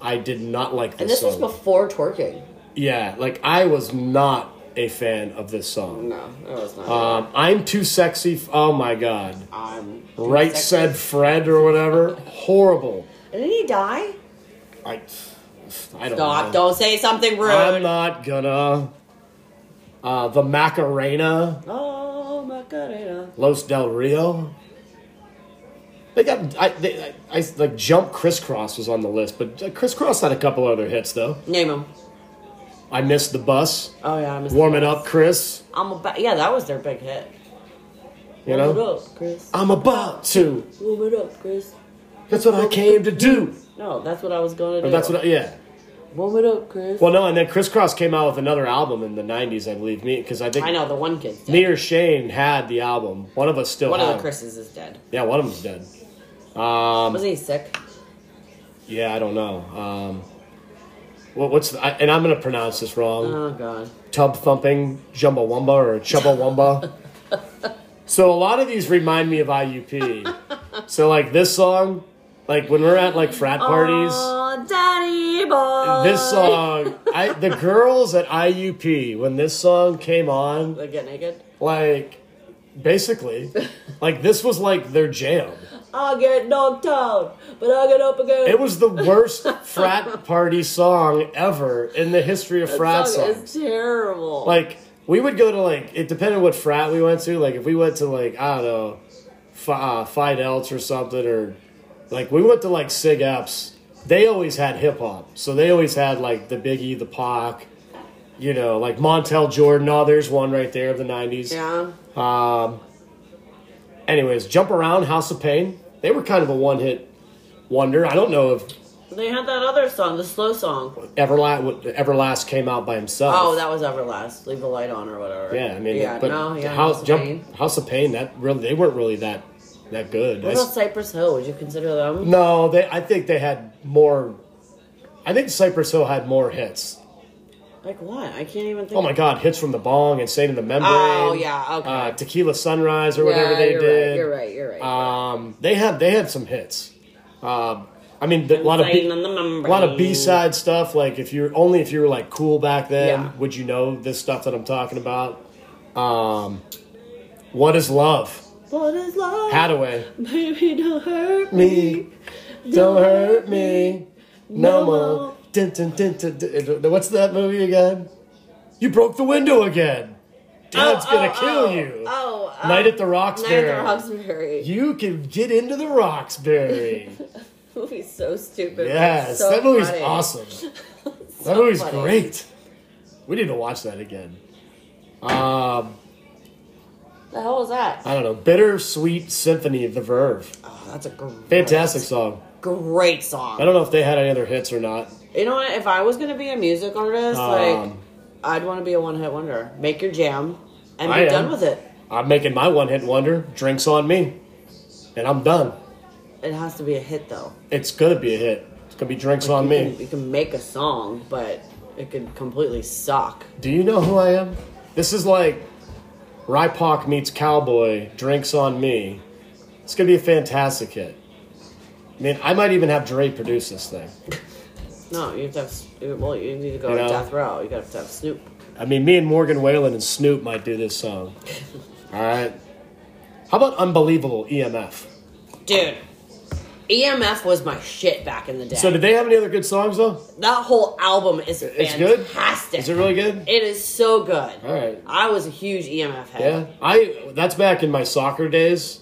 Speaker 1: I did not like this,
Speaker 2: And this
Speaker 1: song.
Speaker 2: was before twerking.
Speaker 1: yeah, like I was not a fan of this song.
Speaker 2: No, it was not.
Speaker 1: Um, I'm too sexy. F- oh my god.
Speaker 2: I'm
Speaker 1: Right
Speaker 2: sexy.
Speaker 1: said Fred or whatever. Horrible.
Speaker 4: And did he die?
Speaker 1: I. I don't
Speaker 2: Stop!
Speaker 1: know.
Speaker 2: Don't say something rude.
Speaker 1: Uh, I'm not gonna. Uh, the Macarena,
Speaker 2: Oh my god!
Speaker 1: Los Del Rio. They got I, they, I, I like jump crisscross was on the list, but uh, crisscross had a couple other hits though.
Speaker 2: Name him.
Speaker 1: I missed the bus.
Speaker 2: Oh yeah, I'm
Speaker 1: Warm it up, Chris.
Speaker 2: I'm a ba- yeah, that was their big hit.
Speaker 1: You
Speaker 2: Warm
Speaker 1: know,
Speaker 2: it up, Chris.
Speaker 1: I'm about to.
Speaker 2: Warm it up, Chris.
Speaker 1: That's what I came to do.
Speaker 2: No, that's what I was gonna do.
Speaker 1: Or that's what. I, yeah.
Speaker 2: Warm it up, Chris.
Speaker 1: Well, no, and then Crisscross came out with another album in the '90s, I believe. Me, because I think
Speaker 2: I know the one kid.
Speaker 1: me or Shane had the album. One of us still.
Speaker 2: One
Speaker 1: had.
Speaker 2: of the Chris's is dead.
Speaker 1: Yeah, one of them's dead. Um,
Speaker 2: Wasn't he sick?
Speaker 1: yeah, I don't know. Um, what, what's the, I, and I'm gonna pronounce this wrong.
Speaker 2: Oh god.
Speaker 1: Tub thumping Jumbawamba or Chubbawamba. so a lot of these remind me of IUP. so like this song, like when we're at like frat parties.
Speaker 4: Oh, Daddy boy.
Speaker 1: This song, I the girls at IUP when this song came on,
Speaker 2: Like get naked.
Speaker 1: like basically, like this was like their jam.
Speaker 4: I'll get knocked out, but I'll get up again.
Speaker 1: It was the worst frat party song ever in the history of frat
Speaker 2: song
Speaker 1: songs.
Speaker 2: is terrible.
Speaker 1: Like we would go to like it depended what frat we went to. Like if we went to like I don't know, F- uh, Fight Elts or something, or like we went to like Sig Eps. They always had hip hop, so they always had like the Biggie, the Pac, you know, like Montel Jordan. Oh, there's one right there of the '90s.
Speaker 2: yeah.
Speaker 1: Anyways, Jump Around, House of Pain. They were kind of a one-hit wonder. I don't know if
Speaker 2: They had that other song, the slow song.
Speaker 1: Everlast Everlast came out by himself.
Speaker 2: Oh, that was Everlast. Leave the light on or whatever.
Speaker 1: Yeah, I mean,
Speaker 2: yeah,
Speaker 1: but
Speaker 2: no, yeah.
Speaker 1: House,
Speaker 2: House of
Speaker 1: Jump,
Speaker 2: Pain.
Speaker 1: House of Pain, that really, they weren't really that that good. I
Speaker 2: What
Speaker 1: s-
Speaker 2: about Cypress Hill? Would you consider them?
Speaker 1: no, they. I think they had more. I think Cypress Hill had more hits.
Speaker 2: Like what? I can't even think.
Speaker 1: Oh my God, hits from the bong and Saint in the Membrane.
Speaker 2: Oh, yeah, okay.
Speaker 1: Uh, Tequila Sunrise or whatever
Speaker 2: yeah,
Speaker 1: they
Speaker 2: you're
Speaker 1: did.
Speaker 2: Right, you're right. You're right.
Speaker 1: Um, they had they had some hits. Um, I mean, the, a lot of
Speaker 2: Insane
Speaker 1: B,
Speaker 2: on the
Speaker 1: a lot of
Speaker 2: membrane.
Speaker 1: B side stuff. Like if you're only if you were like cool back then,
Speaker 2: Yeah.
Speaker 1: would you know this stuff that I'm talking about? Um, what is love?
Speaker 4: What is love?
Speaker 1: Hadaway.
Speaker 4: Baby, don't hurt
Speaker 1: me. Don't hurt me. No
Speaker 4: No
Speaker 1: more.
Speaker 4: more.
Speaker 1: Dun, dun, dun, dun, dun, dun. What's that movie again? You broke the window again. Dad's gonna
Speaker 2: oh,
Speaker 1: kill
Speaker 2: oh,
Speaker 1: you.
Speaker 4: Oh, uh,
Speaker 1: Night at the Roxbury.
Speaker 4: Neither Roxbury.
Speaker 1: You can get into the Roxbury.
Speaker 4: movie's so stupid.
Speaker 1: yes,
Speaker 4: so
Speaker 1: that movie's
Speaker 4: funny.
Speaker 1: awesome. that movie's
Speaker 4: funny.
Speaker 1: great. We need to watch that again. Um,
Speaker 4: The hell was that?
Speaker 1: I don't know. Bittersweet Symphony of the Verve.
Speaker 2: Oh, that's a great,
Speaker 1: Fantastic song.
Speaker 2: great
Speaker 1: I
Speaker 2: song.
Speaker 1: don't know if they had any other hits or not.
Speaker 2: You know what? If I was gonna be a music artist, like
Speaker 1: Um,
Speaker 2: I'd want to be a one-hit wonder. Make your jam and be
Speaker 1: I am.
Speaker 2: done with it.
Speaker 1: I'm making my one hit wonder. Drinks on me, and I'm done.
Speaker 2: It has to be a hit though.
Speaker 1: It's gonna be a hit. It's gonna be drinks on
Speaker 2: You can,
Speaker 1: me.
Speaker 2: you can make a song, but it could completely suck.
Speaker 1: Do you know who I am? This is like Rypok meets Cowboy. Drinks on me. It's gonna be a fantastic hit. I mean, I might even have Dre produce this thing.
Speaker 2: No, you have to have. s- Well, you need to go
Speaker 1: You
Speaker 2: to
Speaker 1: know?
Speaker 2: death row. You have to have Snoop.
Speaker 1: I mean, me and Morgan Whalen and Snoop might do this song. All right. How about unbelievable E EMF?
Speaker 2: Dude, EMF was my shit back in the day.
Speaker 1: So, did they have any other good songs though?
Speaker 2: that whole album is
Speaker 1: It's good.
Speaker 2: fantastic.
Speaker 1: Is it really good?
Speaker 2: It is so good.
Speaker 1: All right.
Speaker 2: I was a huge EMF
Speaker 1: Yeah,
Speaker 2: head.
Speaker 1: I that's back in my soccer days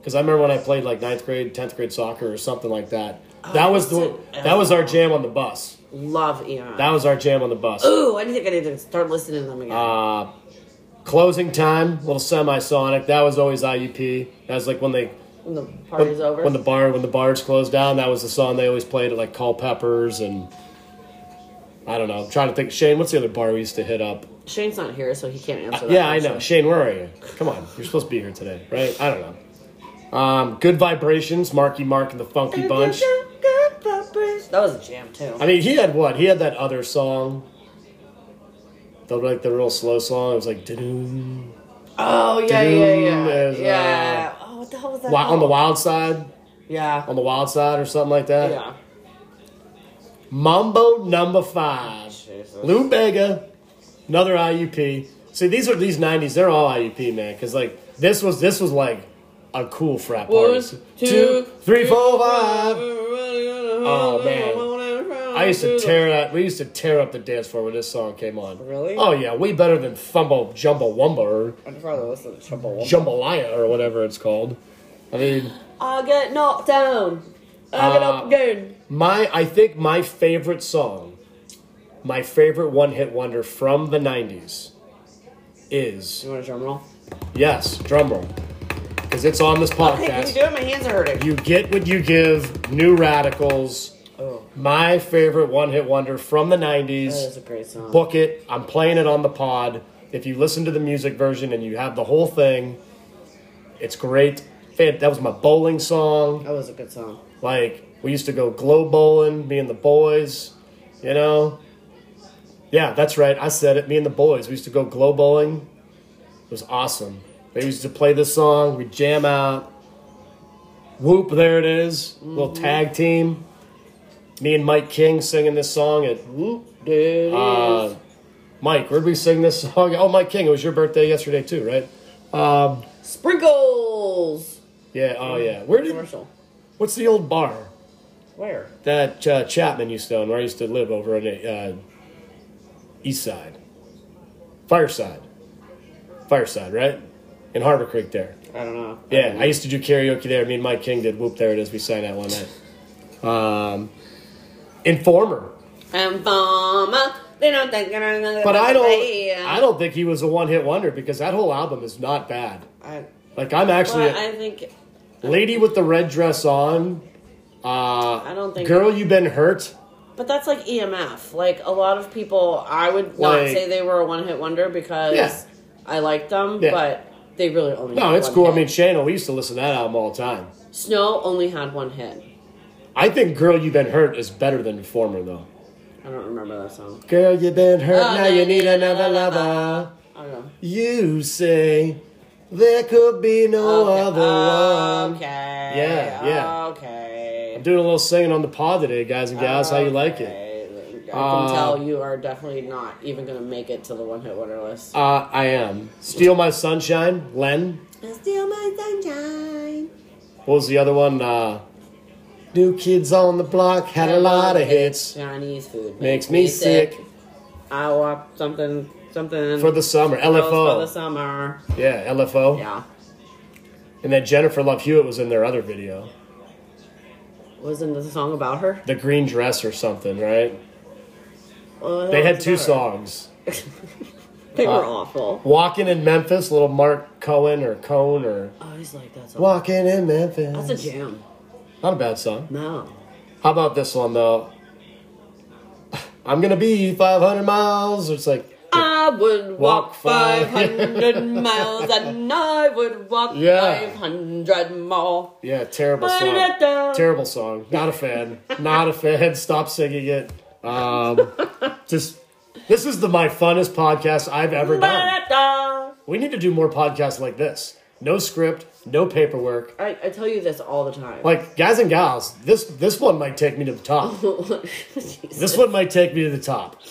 Speaker 1: because I remember when I played like ninth grade, tenth grade soccer or something like that.
Speaker 2: Oh,
Speaker 1: That was the that was our jam on the bus.
Speaker 2: Love Eon.
Speaker 1: That was our jam on the bus.
Speaker 2: Ooh, I think I need to start listening to them again.
Speaker 1: Uh, closing time, little semi-sonic. That was always IUP. That was like when they
Speaker 2: when the
Speaker 1: when,
Speaker 2: party's over.
Speaker 1: when the bar when the bars closed down. That was the song they always played at like Culpeppers and I don't know. I'm trying to think. Shane, what's the other bar we used to hit up?
Speaker 2: Shane's not here, so he can't answer that.
Speaker 1: Yeah, I
Speaker 2: question.
Speaker 1: know. Shane, where are you? Come on, you're supposed to be here today, right? I don't know. Um, good vibrations, Marky Mark and the Funky Bunch.
Speaker 2: That was a jam too.
Speaker 1: I mean, he had what? He had that other song. The like the real slow song. It was like doo
Speaker 2: oh yeah, yeah, yeah,
Speaker 1: There's, uh,
Speaker 2: yeah. oh, what the hell was that?
Speaker 1: on the
Speaker 2: called?
Speaker 1: wild side,
Speaker 2: Yeah,
Speaker 1: on the wild side, or something like that.
Speaker 2: yeah.
Speaker 1: Mambo number five.
Speaker 2: Jesus.
Speaker 1: Lou Bega, another IUP. See, these are these '90s. They're all IUP, man. Because like this was this was like a cool frat party.
Speaker 2: One,
Speaker 1: Two,
Speaker 2: two,
Speaker 1: three, four, five.
Speaker 2: Oh
Speaker 1: man. I used to tear that. We used to tear up the dance floor when this song came on.
Speaker 2: Really?
Speaker 1: Oh yeah, way better than Fumble Jumbo Wumba or
Speaker 2: I'd rather listen to Trouble.
Speaker 1: Jambalaya or whatever it's called. I mean,
Speaker 4: I get knocked down. I get up
Speaker 1: Uh,
Speaker 4: again.
Speaker 1: my I think my favorite song, my favorite one-hit wonder from the '90s, is
Speaker 2: You want a drum roll?
Speaker 1: yes, drumroll, because it's on this
Speaker 2: Hey, what are you
Speaker 1: podcast.
Speaker 2: doing? My hands are hurting.
Speaker 1: You get what you give. New Radicals,
Speaker 2: Oh,
Speaker 1: my favorite one-hit wonder from the '90s.
Speaker 2: that is a great song.
Speaker 1: book it. I'm playing it on the pod. If you listen to the music version and you have the whole thing, it's great. Fan- That was my bowling song.
Speaker 2: That was a good song.
Speaker 1: Like we used to go glow bowling, me and the boys. You know, yeah, that's right. I said it. Me and the boys. We used to go glow bowling. It was awesome. They used to play this song. We jam out. Whoop! There it is. Little tag team. Me and Mike King singing this song at
Speaker 2: Dude.
Speaker 1: uh, Mike, where'd we sing this song? Oh, Mike King, it was your birthday yesterday too, right?
Speaker 2: Sprinkles.
Speaker 1: Yeah. Oh, yeah. Where did?
Speaker 2: Commercial.
Speaker 1: What's the old bar
Speaker 2: Where?
Speaker 1: that uh, Chapman used to own? Where I used to live over on the uh, East Side, Fireside, Fireside, right? In Harbor Creek, there.
Speaker 2: I don't know.
Speaker 1: Yeah, I used to do karaoke there. Me and Mike King did. Whoop! There it is. We sang that one night. Um, Informer.
Speaker 2: And mama, they don't think
Speaker 1: But I don't. I don't think he was a one-hit wonder because that whole album is not bad.
Speaker 2: I,
Speaker 1: Like I'm actually.
Speaker 2: well, I think
Speaker 1: Lady with the red dress on. Uh,
Speaker 2: I don't think.
Speaker 1: Girl, you been hurt.
Speaker 2: but that's like EMF. Like a lot of people, I would not
Speaker 1: Like-
Speaker 2: say they were a one-hit wonder because
Speaker 1: Yeah.
Speaker 2: I liked them,
Speaker 1: Yeah.
Speaker 2: but they really only.
Speaker 1: No,
Speaker 2: had
Speaker 1: it's
Speaker 2: one
Speaker 1: cool. I
Speaker 2: hit.
Speaker 1: mean, Shana, we used to listen to that album all the time.
Speaker 2: Snow only had one hit.
Speaker 1: I think Girl, You Been Hurt is better than Informer, though.
Speaker 2: I don't remember that song.
Speaker 1: Girl, you been hurt,
Speaker 2: Oh,
Speaker 1: now
Speaker 2: no,
Speaker 1: you
Speaker 2: no,
Speaker 1: need
Speaker 2: no, no,
Speaker 1: another
Speaker 2: no, no.
Speaker 1: lover.
Speaker 2: I don't know.
Speaker 1: You say there could be no other one.
Speaker 2: Okay.
Speaker 1: Yeah, yeah.
Speaker 2: Okay.
Speaker 1: I'm doing a little singing on the pod today, guys and gals. How you like it?
Speaker 2: Okay. I
Speaker 1: Uh,
Speaker 2: can tell you are definitely not even going to make it to the one hit wonder list.
Speaker 1: Uh, I am. Steal My Sunshine, Len.
Speaker 2: Steal my sunshine.
Speaker 1: What was the other one? Uh, New Kids on the Block had a lot of hits.
Speaker 2: Chinese food
Speaker 1: Makes me sick.
Speaker 2: I want something, something
Speaker 1: For the Oh. summer,
Speaker 2: girls for
Speaker 1: LFO.
Speaker 2: the summer.
Speaker 1: Yeah, LFO.
Speaker 2: Yeah.
Speaker 1: And then Jennifer Love Hewitt was in their other video,
Speaker 2: Wasn't the song about her?
Speaker 1: the green dress or something, right?
Speaker 2: Well, that
Speaker 1: They had
Speaker 2: was
Speaker 1: two
Speaker 2: about her.
Speaker 1: songs,
Speaker 2: They were
Speaker 1: Uh,
Speaker 2: awful.
Speaker 1: "Walking in Memphis," little Mark Cohen or Cohn or
Speaker 2: I was like, that's a,
Speaker 1: "Walking in Memphis."
Speaker 2: that's a jam.
Speaker 1: Not a bad song.
Speaker 2: No.
Speaker 1: How about this one though? I'm gonna be 500 miles. It's like,
Speaker 2: I would
Speaker 1: Walk
Speaker 2: walk
Speaker 1: five-
Speaker 2: 500 miles and I would walk
Speaker 1: Yeah.
Speaker 2: 500 more.
Speaker 1: yeah, terrible song.
Speaker 2: Ter-
Speaker 1: Terrible song. Not a fan. Not a fan. Stop singing it. Um, just this is the my funnest podcast I've ever done.
Speaker 2: I,
Speaker 1: We need to do more podcasts like this. No script, no paperwork.
Speaker 2: I tell you this all the time.
Speaker 1: Like guys and gals, this this one might take me to the top. This one might take me to the top.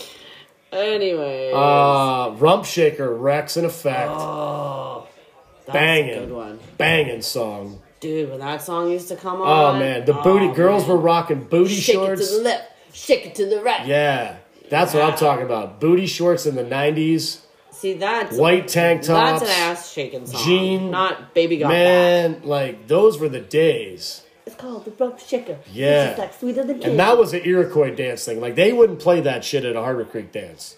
Speaker 2: anyway,
Speaker 1: Uh, Rump Shaker, Rex in Effect,
Speaker 2: that's
Speaker 1: banging.
Speaker 2: Oh, a good one,
Speaker 1: banging song.
Speaker 2: dude. When that song used to come
Speaker 1: Oh
Speaker 2: on,
Speaker 1: man, the booty girls were rocking booty
Speaker 2: shake
Speaker 1: shorts.
Speaker 2: it to the left, shake it to the right.
Speaker 1: Yeah, that's what I'm talking about. Booty shorts in the '90s,
Speaker 2: See, that's
Speaker 1: white tank tops.
Speaker 2: That's an ass shaking song.
Speaker 1: Jean-
Speaker 2: not baby got
Speaker 1: man, like those were the days.
Speaker 2: back.
Speaker 4: It's called the Rump Shaker.
Speaker 1: Yeah.
Speaker 4: It's like sweeter than
Speaker 1: And
Speaker 4: candy.
Speaker 1: that was an Iroquois dance thing. Like they wouldn't play that shit at a Harbor Creek dance.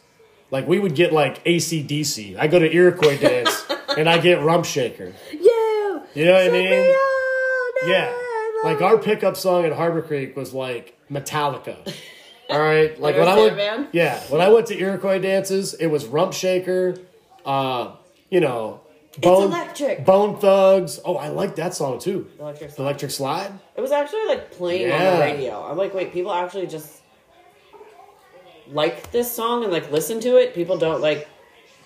Speaker 1: Like we would get like ACDC. I go to Iroquois dance and I get Rump Shaker.
Speaker 4: you.
Speaker 1: You know what I
Speaker 4: should
Speaker 1: mean?
Speaker 4: be all
Speaker 1: Yeah.
Speaker 4: night
Speaker 1: Like
Speaker 4: long.
Speaker 1: our pickup song at Harbor Creek was like Metallica. All right. Like when
Speaker 2: There's
Speaker 1: I
Speaker 2: their
Speaker 1: went,
Speaker 2: band?
Speaker 1: yeah, when I went to Iroquois dances, it was Rump Shaker, uh, you know, Bone
Speaker 4: electric.
Speaker 1: Bone Thugs. Oh, I like that song too.
Speaker 2: Electric
Speaker 1: The Electric Slide.
Speaker 2: It was actually like playing on
Speaker 1: Yeah.
Speaker 2: the radio. I'm like, wait, people actually just like this song and like listen to it. People don't like.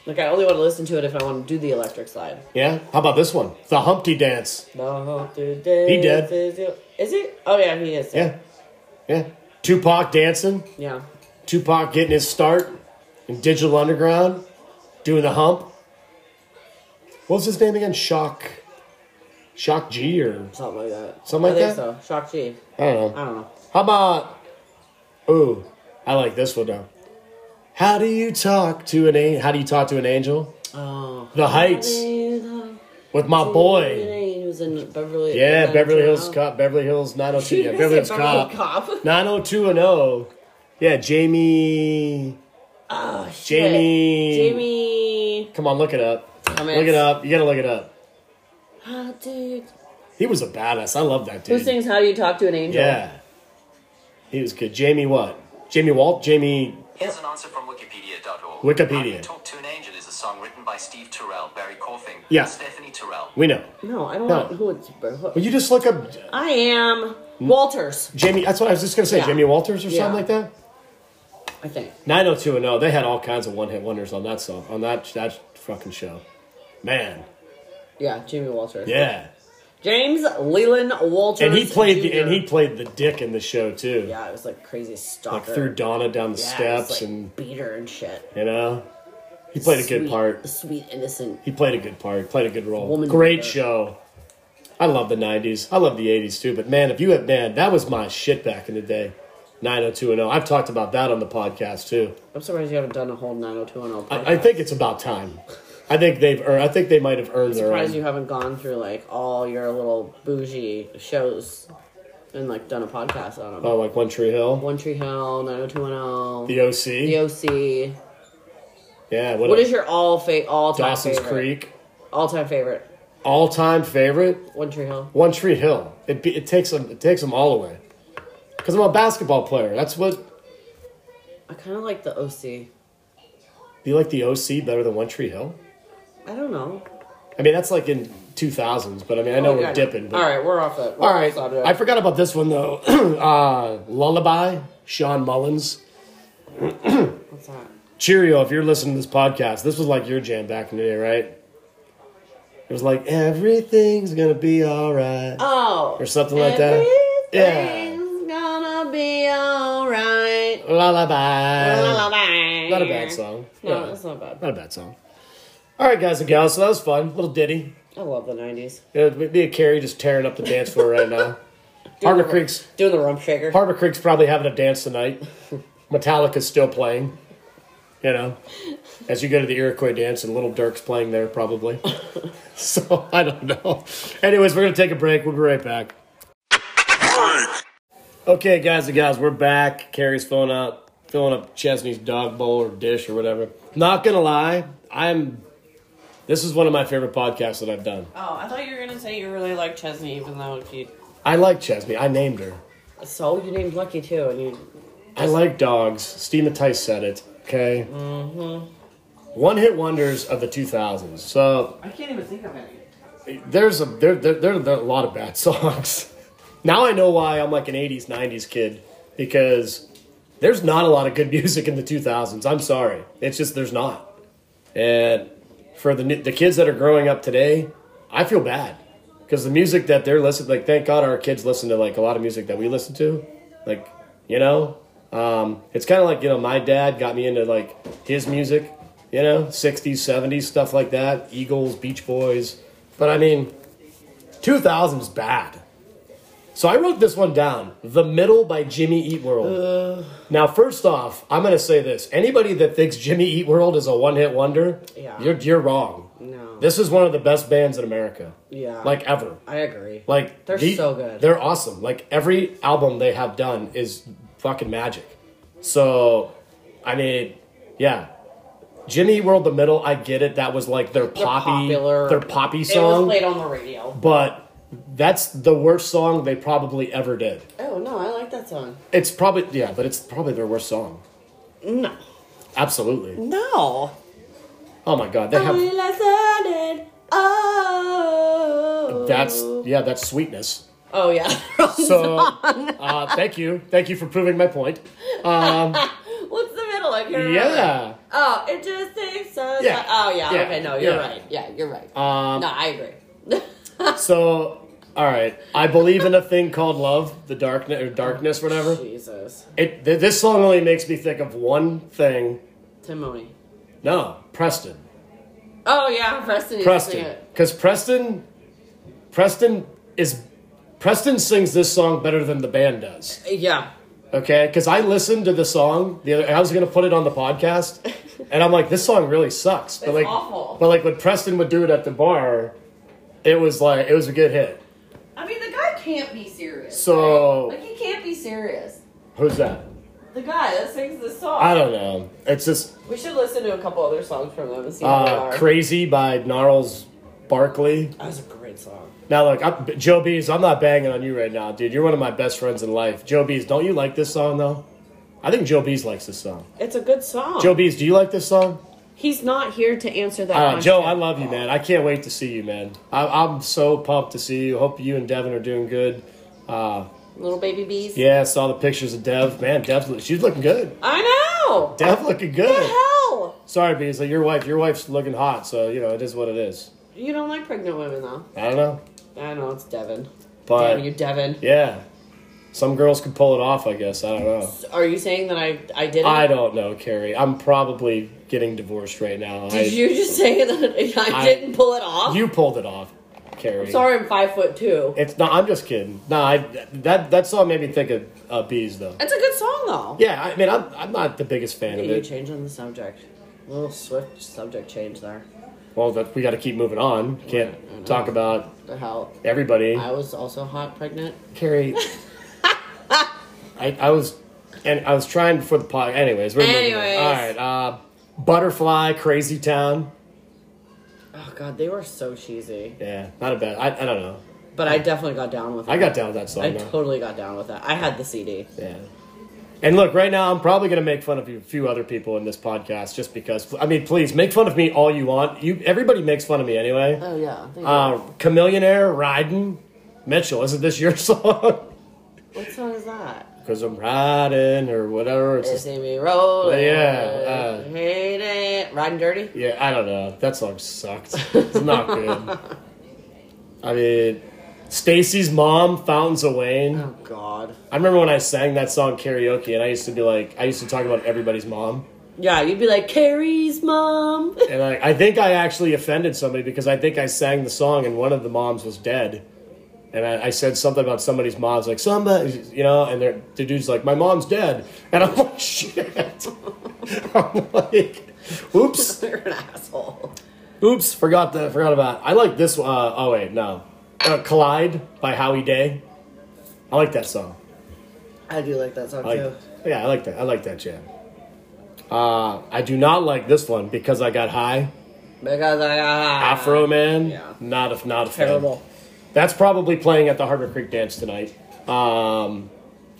Speaker 2: Like I only want to listen to it if I want to do the electric slide.
Speaker 1: Yeah. How about this one? The Humpty Dance.
Speaker 2: The whole through dance
Speaker 1: He dead.
Speaker 2: Is, you- is he? Oh yeah, he is.
Speaker 1: Yeah. Yeah. Tupac dancing.
Speaker 2: Yeah.
Speaker 1: Tupac getting his start in Digital Underground, doing the hump. What was his name again? Shock. Shock G or
Speaker 2: Something like that. Oh,
Speaker 1: Something like
Speaker 2: I think
Speaker 1: that?
Speaker 2: So shock G.
Speaker 1: I don't
Speaker 2: I
Speaker 1: know.
Speaker 2: don't know.
Speaker 1: How about Ooh, I like this one now. How do you talk to an angel? How do you talk to an angel?
Speaker 2: Oh.
Speaker 1: The Heights with my boy.
Speaker 2: He was in Beverly.
Speaker 1: Yeah, Beverly Hills
Speaker 2: Cop.
Speaker 1: Cop. Beverly Hills 902. Yeah,
Speaker 2: You
Speaker 1: Beverly Hills
Speaker 2: said Beverly
Speaker 1: Cop. 90210. Yeah, Jamie.
Speaker 2: Oh, shit.
Speaker 1: Jamie.
Speaker 2: Jamie.
Speaker 1: Come on, look it up.
Speaker 2: Thomas.
Speaker 1: Look it up. You gotta look it up.
Speaker 2: Oh, dude.
Speaker 1: He was a badass. I love that
Speaker 2: Who
Speaker 1: dude.
Speaker 2: sings How Do You Talk to an Angel?
Speaker 1: Yeah. He was good. Jamie what? Jamie Walt? Jamie.
Speaker 5: Here's an answer from Wikipedia.org.
Speaker 1: Wikipedia.
Speaker 5: How You Talk to an Angel is a song written by Steve Terrell, Barry Corfing,
Speaker 1: Yeah.
Speaker 5: and Stephanie Terrell.
Speaker 1: We know.
Speaker 2: No, I don't
Speaker 1: No.
Speaker 2: know who it's. Who,
Speaker 1: Well, you just look up
Speaker 2: I am Walters,
Speaker 1: Jamie. That's what I was just gonna say.
Speaker 2: Yeah.
Speaker 1: Jamie Walters or
Speaker 2: Yeah.
Speaker 1: something like that.
Speaker 2: I think.
Speaker 1: 90210. They had all kinds of one hit wonders on that song, on that that fucking show. Man,
Speaker 2: Yeah, Jamie Walters.
Speaker 1: yeah.
Speaker 2: James Leland Walters.
Speaker 1: And he played the
Speaker 2: Jr..
Speaker 1: and he played the dick in the show too.
Speaker 2: Yeah, it was like crazy stalker.
Speaker 1: Like threw Donna down the
Speaker 2: Yeah, it was,
Speaker 1: steps
Speaker 2: like,
Speaker 1: and
Speaker 2: beat her and shit.
Speaker 1: you know. He played a good
Speaker 2: Sweet-
Speaker 1: part.
Speaker 2: Sweet innocent.
Speaker 1: He played a good part. Played a good role.
Speaker 2: Woman
Speaker 1: Great
Speaker 2: beater.
Speaker 1: show. I love the '90s. I love the '80s too. But man, if you had man, that was my shit back in the day. 90210. I've talked about that on the podcast too.
Speaker 2: I'm surprised you haven't done a whole 90210. podcast.
Speaker 1: I, I think it's about time. I think they've earned. I think they might have earned their
Speaker 2: surprised you
Speaker 1: own.
Speaker 2: haven't gone through like all your little bougie shows and like done a podcast on them.
Speaker 1: Oh, like One Tree Hill,
Speaker 2: One Tree Hill, 90210,
Speaker 1: The OC.
Speaker 2: The OC.
Speaker 1: Yeah. What,
Speaker 2: What
Speaker 1: else?
Speaker 2: is your all fa- all time
Speaker 1: Dawson's
Speaker 2: favorite?
Speaker 1: Creek?
Speaker 2: All time favorite.
Speaker 1: All time favorite.
Speaker 2: One Tree Hill.
Speaker 1: One Tree Hill. It be, it takes them. It takes them all away. Because I'm a basketball player. That's what.
Speaker 2: I kind of like the OC.
Speaker 1: Do you like the OC better than One Tree Hill?
Speaker 2: I don't know.
Speaker 1: I mean, that's like in 2000s, but I mean, I know
Speaker 2: Oh,
Speaker 1: we're
Speaker 2: yeah, I
Speaker 1: dipping. But,
Speaker 2: All right, we're off it. We're
Speaker 1: All right.
Speaker 2: off subject.
Speaker 1: I forgot about this one, though. uh, Lullaby, Sean Mullins.
Speaker 2: What's that?
Speaker 1: Cheerio, if you're listening to this podcast, this was like your jam back in the day, right? It was like, everything's gonna be alright.
Speaker 2: Oh,
Speaker 1: Or something like that.
Speaker 2: Everything's gonna be all right.
Speaker 1: Lullaby.
Speaker 2: Lullaby.
Speaker 1: Uh, Not a bad song.
Speaker 2: No,
Speaker 1: Yeah.
Speaker 2: that's not bad.
Speaker 1: Not a bad song. All right, guys and gals, so that was fun. Little ditty.
Speaker 2: I love the '90s.
Speaker 1: It would be a Carrie just tearing up the dance floor right now. Harbor
Speaker 2: the-
Speaker 1: Creek's
Speaker 2: Doing the rump shaker.
Speaker 1: Harbor Creek's probably having a dance tonight. Metallica's still playing. You know, as you go to the Iroquois dance, and Little Dirk's playing there probably. so I don't know. Anyways, we're gonna take a break. We'll be right back. Okay, guys and gals, we're back. Carrie's filling up, filling up Chesney's dog bowl or dish or whatever. Not gonna lie, I'm. This is one of my favorite podcasts that I've done.
Speaker 2: Oh, I thought you were gonna say you really like Chesney, even though you.
Speaker 1: I like Chesney. I named her.
Speaker 2: So you named Lucky too, and you.
Speaker 1: I like dogs. Steve Matisse said it. Okay. Mm-hmm. One hit wonders of the 2000s. So
Speaker 2: I can't even think of any.
Speaker 1: there's a there there, there are a lot of bad songs. Now I know why I'm like an 80s 90s kid because there's not a lot of good music in the 2000s. I'm sorry. It's just there's not. And for the new- the kids that are growing up today, I feel bad because the music that they're listening like thank God our kids listen to like a lot of music that we listen to. Like, you know, um, it's kind of like, you know, my dad got me into like his music, you know, 60s, 70s stuff like that, Eagles, Beach Boys. But I mean, 2000's bad. So I wrote this one down The Middle by Jimmy Eat World.
Speaker 2: Uh.
Speaker 1: now, first off, I'm going to say this anybody that thinks Jimmy Eat World is a one hit wonder,
Speaker 2: Yeah.
Speaker 1: you're, you're wrong.
Speaker 2: No.
Speaker 1: This is one of the best bands in America,
Speaker 2: yeah.
Speaker 1: like ever.
Speaker 2: I agree.
Speaker 1: Like
Speaker 2: They're so good.
Speaker 1: They're awesome. Like every album they have done is fucking magic. So, I mean, yeah. Jimmy World the Middle, I get it. That was like their
Speaker 2: They're
Speaker 1: poppy,
Speaker 2: popular.
Speaker 1: their poppy
Speaker 2: It was
Speaker 1: song.
Speaker 2: played on the radio.
Speaker 1: But that's the worst song they probably ever did.
Speaker 2: Oh no, I like that song.
Speaker 1: It's probably yeah, but it's probably their worst song.
Speaker 2: No.
Speaker 1: Absolutely.
Speaker 2: No.
Speaker 1: Oh my god, they
Speaker 4: Only
Speaker 1: have
Speaker 4: less than an oh.
Speaker 1: that's yeah, that's sweetness.
Speaker 2: Oh yeah.
Speaker 1: So, uh, thank you, thank you for proving my point.
Speaker 2: What's the middle? I can't remember.
Speaker 1: Yeah.
Speaker 2: Oh, it just takes us.
Speaker 1: Yeah.
Speaker 2: Oh yeah.
Speaker 1: Yeah.
Speaker 2: Okay. No, you're
Speaker 1: Yeah.
Speaker 2: right. Yeah, you're right.
Speaker 1: Um,
Speaker 2: no, I agree.
Speaker 1: So, all right, I believe in a thing called love, the darkness or darkness, whatever.
Speaker 2: Jesus.
Speaker 1: It th- this song only makes me think of one thing.
Speaker 2: Timony.
Speaker 1: No, Preston,
Speaker 2: Oh yeah, Preston. needs to sing
Speaker 1: Preston,
Speaker 2: it.
Speaker 1: because Preston, Preston is Preston sings this song better than the band does.
Speaker 2: Yeah.
Speaker 1: Okay, because I listened to the song the other. I was gonna put it on the podcast, and I'm like, this song really sucks. But
Speaker 2: It's
Speaker 1: like,
Speaker 2: awful.
Speaker 1: but like when Preston would do it at the bar, it was like it was a good hit.
Speaker 2: I mean, the guy can't be serious.
Speaker 1: So-
Speaker 2: right? like, he can't be serious.
Speaker 1: Who's that?
Speaker 2: The guy that sings the song.
Speaker 1: I don't know. It's just
Speaker 2: We should listen to a couple other songs from them and see how they
Speaker 1: uh,
Speaker 2: are.
Speaker 1: "Crazy" by Gnarls Barkley.
Speaker 2: that was a great song.
Speaker 1: Now look, I'm, Joe B's. I'm not banging on you right now, dude. You're one of my best friends in life. Joe B's. Don't you like this song though? I think Joe B's likes this song.
Speaker 2: It's a good song.
Speaker 1: Joe B's. Do you like this song?
Speaker 2: He's not here to answer that.
Speaker 1: Uh,
Speaker 2: question.
Speaker 1: Joe, I love you, man. I can't wait to see you, man. I, I'm so pumped to see you. Hope you and Devin are doing good. Uh,
Speaker 2: Little baby bees.
Speaker 1: yeah, saw the pictures of Dev. Man, Dev's look- she's looking good.
Speaker 2: I know.
Speaker 1: Dev looking
Speaker 2: the
Speaker 1: good.
Speaker 2: hell?
Speaker 1: Sorry, Beasley, your wife. Your wife's looking hot, so you know it is what it is.
Speaker 2: You don't like pregnant women though.
Speaker 1: I don't know,
Speaker 2: I know it's Devin.
Speaker 1: but
Speaker 2: Damn you, Devin.
Speaker 1: yeah, some girls could pull it off. I guess I don't know.
Speaker 2: Are you saying that I I did?
Speaker 1: I don't know, Carrie. I'm probably getting divorced right now. I,
Speaker 2: Did you just say that I,
Speaker 1: I-
Speaker 2: didn't pull it off?
Speaker 1: you pulled it off, Carrie.
Speaker 2: Sorry, I'm five foot two.
Speaker 1: It's not. I'm just kidding. No, I that that song made me think of uh, bees though.
Speaker 2: It's a good song though.
Speaker 1: Yeah, I mean, I'm, I'm not the biggest fan of
Speaker 2: You
Speaker 1: it.
Speaker 2: change on the subject. little swift subject change there.
Speaker 1: Well, that, we got to keep moving on. Can't
Speaker 2: Right, I know.
Speaker 1: talk about
Speaker 2: The hell.
Speaker 1: everybody.
Speaker 2: I was also hot pregnant.
Speaker 1: Carrie, I, I was, and I was trying before the pod. Anyways, we're
Speaker 2: Anyways.
Speaker 1: moving on. All right, uh, Butterfly, Crazy Town.
Speaker 2: Oh god, they were so cheesy.
Speaker 1: Yeah, not a bad. I, I don't know.
Speaker 2: But I definitely got down with it.
Speaker 1: I got down with that song.
Speaker 2: I
Speaker 1: though.
Speaker 2: totally got down with that. I had the CD.
Speaker 1: Yeah. And look, right now I'm probably going to make fun of a few other people in this podcast just because. I mean, please make fun of me all you want. You everybody makes fun of me anyway.
Speaker 2: Oh yeah. Thank
Speaker 1: Uh,
Speaker 2: you.
Speaker 1: Chameleonaire riding. Mitchell, isn't this your song?
Speaker 2: What song is that?
Speaker 1: Because I'm riding or whatever. It's
Speaker 2: It's
Speaker 1: just,
Speaker 2: see me rolling.
Speaker 1: Yeah, uh,
Speaker 2: hate it. Riding dirty.
Speaker 1: yeah, I don't know. That song sucked. It's not good. I mean, Stacy's mom, Fountains of Wayne.
Speaker 2: Oh god.
Speaker 1: I remember when I sang that song karaoke, and I used to be like, I used to talk about everybody's mom.
Speaker 2: Yeah, you'd be like Carrie's mom.
Speaker 1: And I, I think I actually offended somebody because I think I sang the song and one of the moms was dead. And I, I said something about somebody's mom's like, somebody, you know, and they're- the dude's like, my mom's dead. And I'm like, shit. I'm like, oops,
Speaker 2: You're an asshole.
Speaker 1: oops, forgot that, forgot about. I like this, uh, oh wait, no. Uh, Collide by Howie Day. I like that song.
Speaker 2: I do like that song
Speaker 1: I
Speaker 2: too.
Speaker 1: like, yeah, I like that. I like that jam. Uh, I do not like this one because I got high.
Speaker 2: Because I got
Speaker 1: Afro Man.
Speaker 2: Ah, yeah.
Speaker 1: Not a not a fan.
Speaker 2: Terrible.
Speaker 1: That's probably playing at the Harbor Creek dance tonight. Um,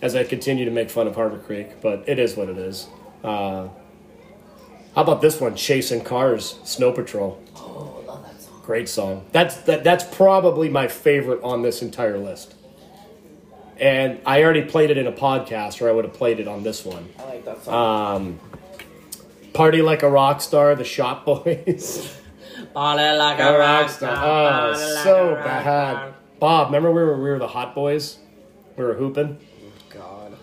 Speaker 1: as I continue to make fun of Harbor Creek, but it is what it is. Uh, how about this one, Chasing Cars, Snow Patrol?
Speaker 2: Oh, I love that song.
Speaker 1: Great song. That's that, that's probably my favorite on this entire list. And I already played it in a podcast, or I would have played it on this one.
Speaker 2: I like that
Speaker 1: Uh,
Speaker 2: song.
Speaker 1: Party like a rock star, the Shop Boys.
Speaker 2: Body like a rock star.
Speaker 1: Oh,
Speaker 2: body like a
Speaker 1: so
Speaker 2: rock
Speaker 1: bad.
Speaker 2: star.
Speaker 1: Bob, remember we were we were the Hot Boys? We were hooping.
Speaker 2: God.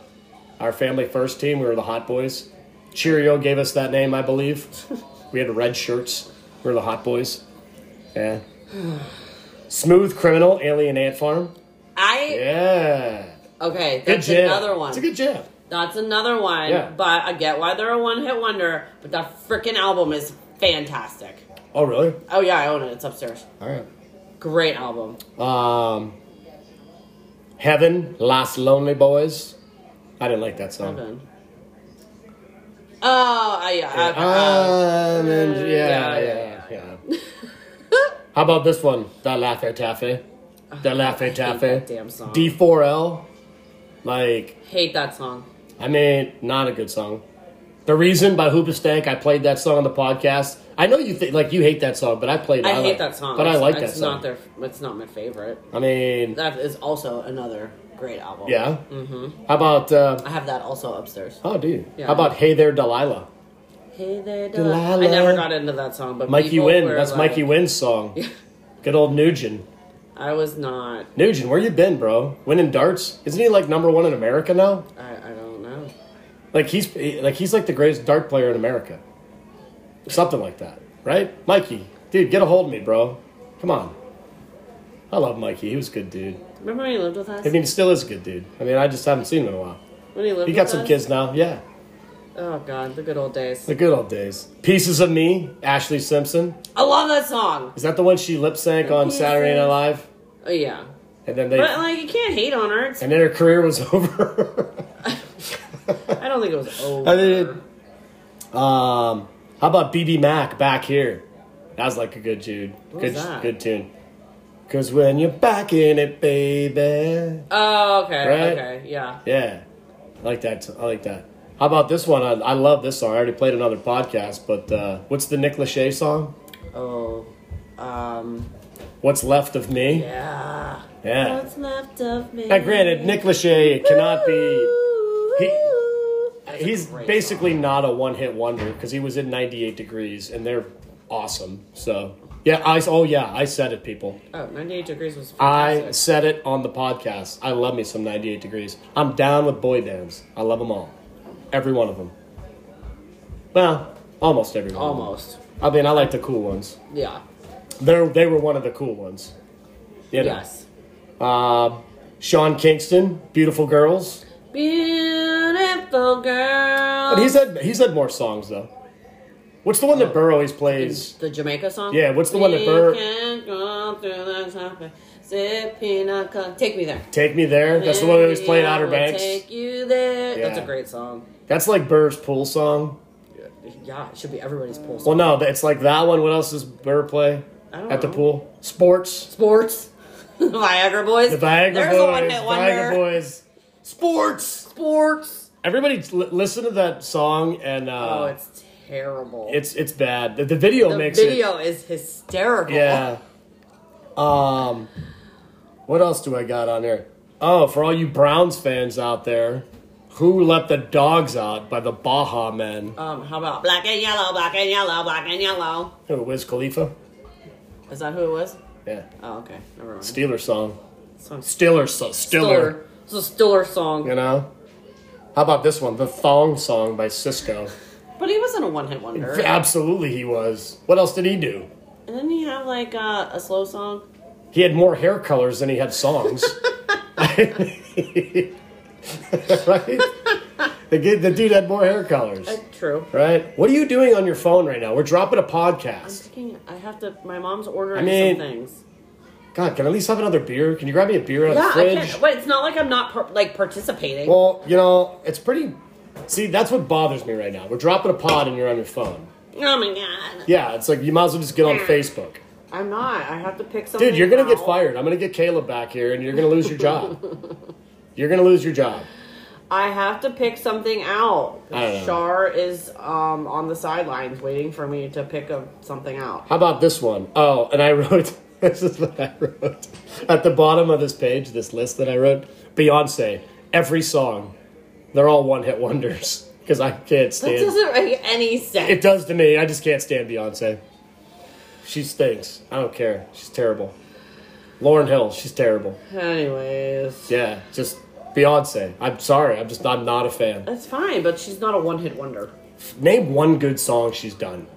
Speaker 1: Our family first team, we were the Hot Boys. Cheerio gave us that name, I believe. we had red shirts. We were the Hot Boys. Yeah. Smooth Criminal, Alien Ant Farm.
Speaker 2: I
Speaker 1: Yeah.
Speaker 2: okay.
Speaker 1: Good
Speaker 2: That's
Speaker 1: jam.
Speaker 2: another one.
Speaker 1: It's a good jam.
Speaker 2: That's another one.
Speaker 1: Yeah.
Speaker 2: But I get why they're a one hit wonder, but that freaking album is fantastic.
Speaker 1: Oh, really?
Speaker 2: Oh yeah, I own it. It's upstairs.
Speaker 1: All right.
Speaker 2: Great album.
Speaker 1: Um, Heaven, Last Lonely Boys. I didn't like that song.
Speaker 2: Heaven. Oh, I, yeah. I, uh,
Speaker 1: Um, and yeah,
Speaker 2: yeah,
Speaker 1: yeah, yeah. How about this one? Da Laffy Taffy. Da Laffy
Speaker 2: Oh, hate
Speaker 1: Taffy.
Speaker 2: that damn song.
Speaker 1: D4L. Like,
Speaker 2: hate that song.
Speaker 1: I mean, not a good song. The Reason by Hoobastank, I played that song on the podcast. I know you think, like, you hate that song, but I played it.
Speaker 2: I, hate
Speaker 1: like-
Speaker 2: that song.
Speaker 1: But I
Speaker 2: It's-
Speaker 1: like
Speaker 2: it's
Speaker 1: that song.
Speaker 2: Not their, it's not my favorite.
Speaker 1: I mean,
Speaker 2: That Mm. is also another great album. Mm-hmm.
Speaker 1: yeah. How about, uh,
Speaker 2: I have that also upstairs.
Speaker 1: oh, dude.
Speaker 2: Yeah.
Speaker 1: How about Hey There, Delilah?
Speaker 2: Hey there, Delilah.
Speaker 1: Delilah.
Speaker 2: I never got into that song, but
Speaker 1: Mikey
Speaker 2: people
Speaker 1: Wynn.
Speaker 2: were
Speaker 1: That's
Speaker 2: like-
Speaker 1: Mikey Wynn's song. Good old Nugent.
Speaker 2: I was not.
Speaker 1: Nugent, where you been, bro? Winning darts? Isn't he like number one in America now?
Speaker 2: I, I don't know.
Speaker 1: Like he's like he's like the greatest dart player in America. Something like that, right? Mikey, dude, get a hold of me, bro. Come on. I love Mikey. He was a good dude.
Speaker 2: Remember when he lived with us?
Speaker 1: I mean, he still is a good dude. I mean, I just haven't seen him in a while.
Speaker 2: when he lived
Speaker 1: He got
Speaker 2: with
Speaker 1: some
Speaker 2: us?
Speaker 1: kids now. Yeah,
Speaker 2: Oh god, the good old days.
Speaker 1: the good old days. Pieces of Me, Ashley Simpson.
Speaker 2: I love that song.
Speaker 1: Is that the one she lip sank on Saturday Night Live?
Speaker 2: Oh, yeah,
Speaker 1: And then they
Speaker 2: but like you can't hate on her. It's,
Speaker 1: and then her career was over.
Speaker 2: I don't think it was over.
Speaker 1: I mean, Um, how about BB Mac back here? That was like a good tune.
Speaker 2: was
Speaker 1: Good,
Speaker 2: that?
Speaker 1: good tune. Cause when you're back in it, baby.
Speaker 2: oh okay,
Speaker 1: Right?
Speaker 2: okay, yeah.
Speaker 1: Yeah, I like that. I like that. How about this one? I, I love this song. I already played another podcast, but uh, what's the Nick Lachey song?
Speaker 2: Oh, um,
Speaker 1: What's left of me?
Speaker 2: yeah.
Speaker 1: Yeah.
Speaker 4: What's left of me?
Speaker 1: Now, granted, Nick Lachey cannot be.
Speaker 4: Ooh,
Speaker 1: He-
Speaker 4: ooh.
Speaker 2: That's a
Speaker 1: He's
Speaker 2: great
Speaker 1: basically not a one-hit wonder because he was in 98 Degrees, and they're awesome. So yeah, I oh yeah, I said it, people.
Speaker 2: song. Oh, 98 degrees was. Fantastic.
Speaker 1: I said it on the podcast. I love me some 98 Degrees. I'm down with boy bands. I love them all. Every one of them. Well, almost every one. of them.
Speaker 2: almost.
Speaker 1: I mean, I like the cool ones.
Speaker 2: Yeah.
Speaker 1: They're, they were one of the cool ones. You know. Uh,
Speaker 2: Yes.
Speaker 1: Sean Kingston, Beautiful Girls.
Speaker 2: Beautiful girl.
Speaker 1: But he's had, he's had more songs, though. What's the one
Speaker 2: uh,
Speaker 1: that Burr always plays?
Speaker 2: the Jamaica song.
Speaker 1: Yeah, what's the one that
Speaker 2: We
Speaker 1: Bert-
Speaker 2: can go through the traffic, sip peanut col- Take me there.
Speaker 1: Take Me There. That's the one that always
Speaker 2: Maybe
Speaker 1: played
Speaker 2: I
Speaker 1: Outer
Speaker 2: will
Speaker 1: Banks.
Speaker 2: Take you there. That's
Speaker 1: Yeah.
Speaker 2: a great song.
Speaker 1: That's like Burr's pool song.
Speaker 2: Yeah, it should be everybody's pool song.
Speaker 1: Well, no, it's like that one. What else does Burr play
Speaker 2: I don't
Speaker 1: at the
Speaker 2: know.
Speaker 1: pool? Sports.
Speaker 2: Sports. Viagra Boys.
Speaker 1: The Viagra
Speaker 2: There's
Speaker 1: Boys.
Speaker 2: a one hit wonder.
Speaker 1: Viagra Boys. Sports.
Speaker 2: Sports.
Speaker 1: Everybody, l- listen to that song, and uh,
Speaker 2: Oh,
Speaker 1: it's,
Speaker 2: it's terrible.
Speaker 1: it's bad. The, the video
Speaker 2: the
Speaker 1: makes
Speaker 2: video is hysterical.
Speaker 1: it. Yeah. Um, what else do I got on there? Oh, for all you Browns fans out there, who let the dogs out by the Baja Men?
Speaker 2: Um, how about black and yellow, black and yellow, black and yellow?
Speaker 1: Who Wiz Khalifa?
Speaker 2: Is that who it was?
Speaker 1: Yeah,
Speaker 2: Oh, okay. Never mind.
Speaker 1: Steeler song.
Speaker 2: Song-
Speaker 1: Stiller, so Stiller.
Speaker 2: It's a Stiller song.
Speaker 1: You know. How about this one? The Thong Song by Cisco.
Speaker 2: But he wasn't a one hit wonder.
Speaker 1: Absolutely, he was. What else did he do?
Speaker 2: And then you have like uh, a slow song.
Speaker 1: He had more hair colors than he had songs. right? The, kid- the dude had more hair colors.
Speaker 2: Uh, true.
Speaker 1: Right? What are you doing on your phone right now? We're dropping a podcast.
Speaker 2: Fucking- I have to. My mom's ordering
Speaker 1: I mean,
Speaker 2: some things.
Speaker 1: God, can I at least have another beer? Can you grab me a beer out
Speaker 2: Yeah,
Speaker 1: of the
Speaker 2: I
Speaker 1: fridge?
Speaker 2: can't. But it's not like I'm not par- like participating.
Speaker 1: Well, you know, it's pretty. See, that's what bothers me right now. We're dropping a pod and you're on your phone.
Speaker 2: oh my god.
Speaker 1: Yeah, it's like you might as well just get on Facebook.
Speaker 2: I'm not. I have to pick something.
Speaker 1: Dude, you're going to get
Speaker 2: out.
Speaker 1: fired. I'm going to get Caleb back here and you're going to lose your job. you're going to lose your job.
Speaker 2: I have to pick something out.
Speaker 1: I don't know.
Speaker 2: Shar is um on the sidelines waiting for me to pick a, something out.
Speaker 1: How about this one? Oh, and I wrote this is what I wrote at the bottom of this page, this list that I wrote. Beyonce, every song, they're all one-hit wonders because I can't
Speaker 2: That
Speaker 1: stand.
Speaker 2: doesn't make any sense.
Speaker 1: It does to me. I just can't stand Beyonce. She stinks. I don't care. She's terrible. Lauren Hill, she's terrible.
Speaker 2: Anyways,
Speaker 1: Yeah, just Beyonce. I'm sorry. I'm just I'm not a fan.
Speaker 2: that's fine. But she's not a one hit wonder.
Speaker 1: Name one good song she's done.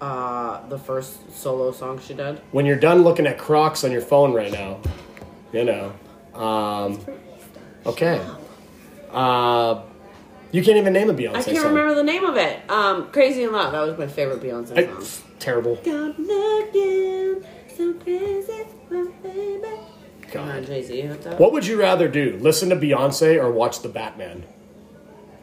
Speaker 2: Uh, the first solo song she did.
Speaker 1: When you're done looking at Crocs on your phone right now, you know. Um, okay. Uh, You can't even name a Beyonce
Speaker 2: I can't
Speaker 1: song.
Speaker 2: remember the name of it. Um, Crazy in Love. That was my favorite Beyonce
Speaker 1: I-
Speaker 2: song.
Speaker 1: terrible.
Speaker 2: Come looking so crazy, my baby. Come on,
Speaker 1: God.
Speaker 2: Jay Z, you hooked up?
Speaker 1: What would you rather do? Listen to Beyonce or watch The Batman?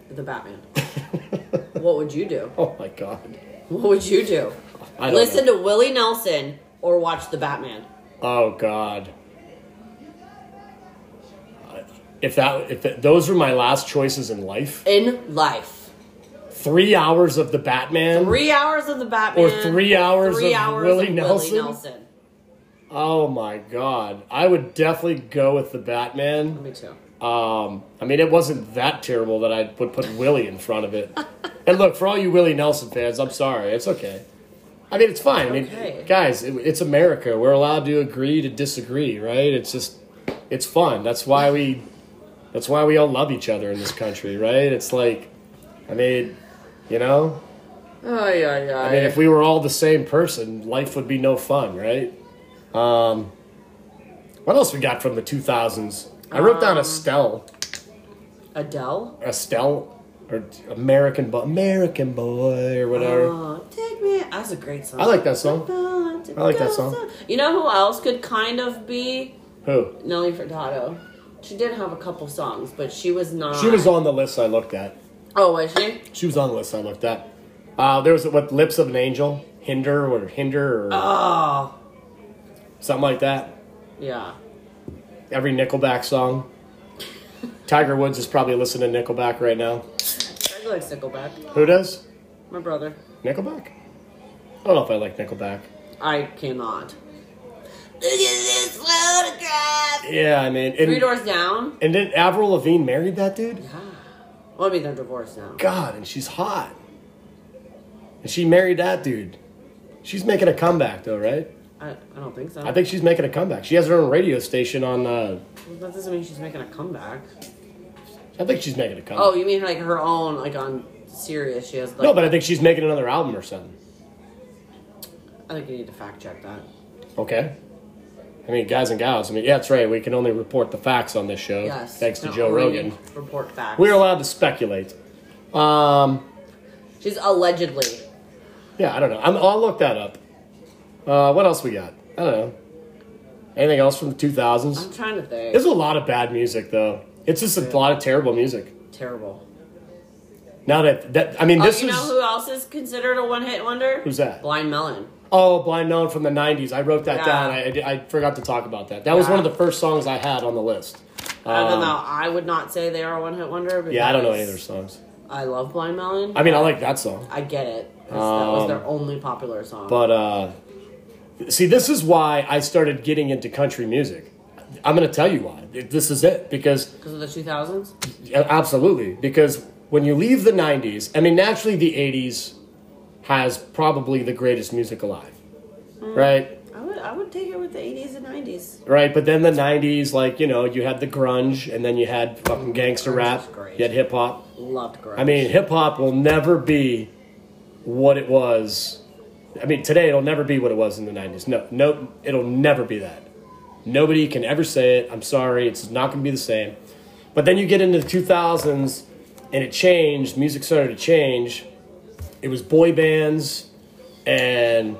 Speaker 2: The Batman. what would you do?
Speaker 1: Oh my God.
Speaker 2: What would you do?
Speaker 1: I don't
Speaker 2: Listen
Speaker 1: know.
Speaker 2: to Willie Nelson or watch The Batman.
Speaker 1: Oh God. I- If that if it, those were my last choices in life,
Speaker 2: In life.
Speaker 1: three hours of The Batman.
Speaker 2: Three hours of The Batman.
Speaker 1: Or three hours
Speaker 2: three
Speaker 1: of
Speaker 2: hours
Speaker 1: Willie
Speaker 2: of
Speaker 1: Nelson?
Speaker 2: Willie Nelson.
Speaker 1: Oh my God. I would definitely go with The Batman.
Speaker 2: Me too.
Speaker 1: Um, I mean, it wasn't that terrible that I would put Willie in front of it. and look, for all you Willie Nelson fans, I'm sorry. It's okay. I mean, it's fine. I mean,
Speaker 2: Okay.
Speaker 1: guys, it, it's America. We're allowed to agree to disagree, right? It's just, it's fun. That's why we, that's why we all love each other in this country, right? It's like, I mean, you know,
Speaker 2: Oh, yeah, yeah.
Speaker 1: I mean, if we were all the same person, life would be no fun, right? Um, what else we got from the 2000s? I wrote
Speaker 2: Um,
Speaker 1: down Estelle.
Speaker 2: Adele?
Speaker 1: Estelle or American Boy, American Boy or whatever.
Speaker 2: Oh, take me. That's a great song.
Speaker 1: I like that song.
Speaker 2: I
Speaker 1: like that song.
Speaker 2: You know who else could kind of be
Speaker 1: Who?
Speaker 2: Nelly Furtado? She did have a couple songs, but she was not.
Speaker 1: She was on the list I looked at.
Speaker 2: Oh, was she?
Speaker 1: She was on the list I looked at. Uh, there was what Lips of an Angel, Hinder or Hinder or
Speaker 2: Oh,
Speaker 1: something like that.
Speaker 2: yeah.
Speaker 1: Every Nickelback song. Tiger Woods is probably listening to Nickelback right now.
Speaker 2: I like Nickelback.
Speaker 1: Who does?
Speaker 2: My brother.
Speaker 1: Nickelback. I don't know if I like Nickelback.
Speaker 2: I cannot. Look at this photograph.
Speaker 1: Yeah, I mean,
Speaker 2: Three
Speaker 1: and,
Speaker 2: doors down.
Speaker 1: and then Avril Lavigne married that dude.
Speaker 2: Well, I mean, they're divorced now.
Speaker 1: God, and she's hot. And she married that dude. She's making a comeback though, right?
Speaker 2: I, I don't think so.
Speaker 1: I think she's making a comeback. She has her own radio station on. Uh,
Speaker 2: that doesn't mean she's making a comeback.
Speaker 1: I think she's making a comeback.
Speaker 2: Oh, you mean like her own, like on Sirius? She has like.
Speaker 1: no, but I think she's making another album or something.
Speaker 2: I think you need to fact check that.
Speaker 1: Okay. I mean, guys and gals. I mean, yeah, that's right. We can only report the facts on this show.
Speaker 2: Yes.
Speaker 1: Thanks to
Speaker 2: No,
Speaker 1: Joe
Speaker 2: we
Speaker 1: Rogan,
Speaker 2: need to Report facts.
Speaker 1: we're allowed to speculate. Um,
Speaker 2: She's allegedly.
Speaker 1: yeah, I don't know. I'm, oh, I'll look that up. Uh, what else we got? I don't know. Anything else from the 2000s?
Speaker 2: I'm trying to think.
Speaker 1: There's a lot of bad music though. It's just a lot of terrible music.
Speaker 2: Terrible.
Speaker 1: Now that that I mean, this
Speaker 2: oh, you
Speaker 1: is
Speaker 2: know who else is considered a one-hit wonder?
Speaker 1: Who's that?
Speaker 2: Blind Melon.
Speaker 1: oh, Blind Melon from the '90s. I wrote that
Speaker 2: Yeah.
Speaker 1: down. I- I, did- I forgot to talk about that. That was
Speaker 2: Yeah.
Speaker 1: one of the first songs I had on the list.
Speaker 2: I don't
Speaker 1: Um,
Speaker 2: know. I would not say they are a one-hit wonder. Because
Speaker 1: Yeah, I don't know any of their songs.
Speaker 2: I love Blind Melon.
Speaker 1: I mean, I like that song,
Speaker 2: I get it. 'cause that was
Speaker 1: Um,
Speaker 2: their only popular song.
Speaker 1: but uh, see, this is why I started getting into country music. I'm going to tell you why. This is it because
Speaker 2: Because of the 2000s?
Speaker 1: Yeah, Absolutely, because when you leave the '90s, I mean, naturally, the '80s has probably the greatest music alive,
Speaker 2: Mm.
Speaker 1: right?
Speaker 2: I would, I would take it with the 80s and 90s.
Speaker 1: Right, but then the '90s, like you know, you had the grunge, and then you had fucking gangster
Speaker 2: Grunge
Speaker 1: rap,
Speaker 2: was great.
Speaker 1: you had hip hop.
Speaker 2: Loved grunge.
Speaker 1: I mean, hip hop will never be what it was. I mean, today it'll never be what it was in the '90s. No, no, it'll never be that. Nobody can ever say it. I'm sorry, it's not going to be the same. But then you get into the 2000s, and it changed. Music started to change. It was boy bands, and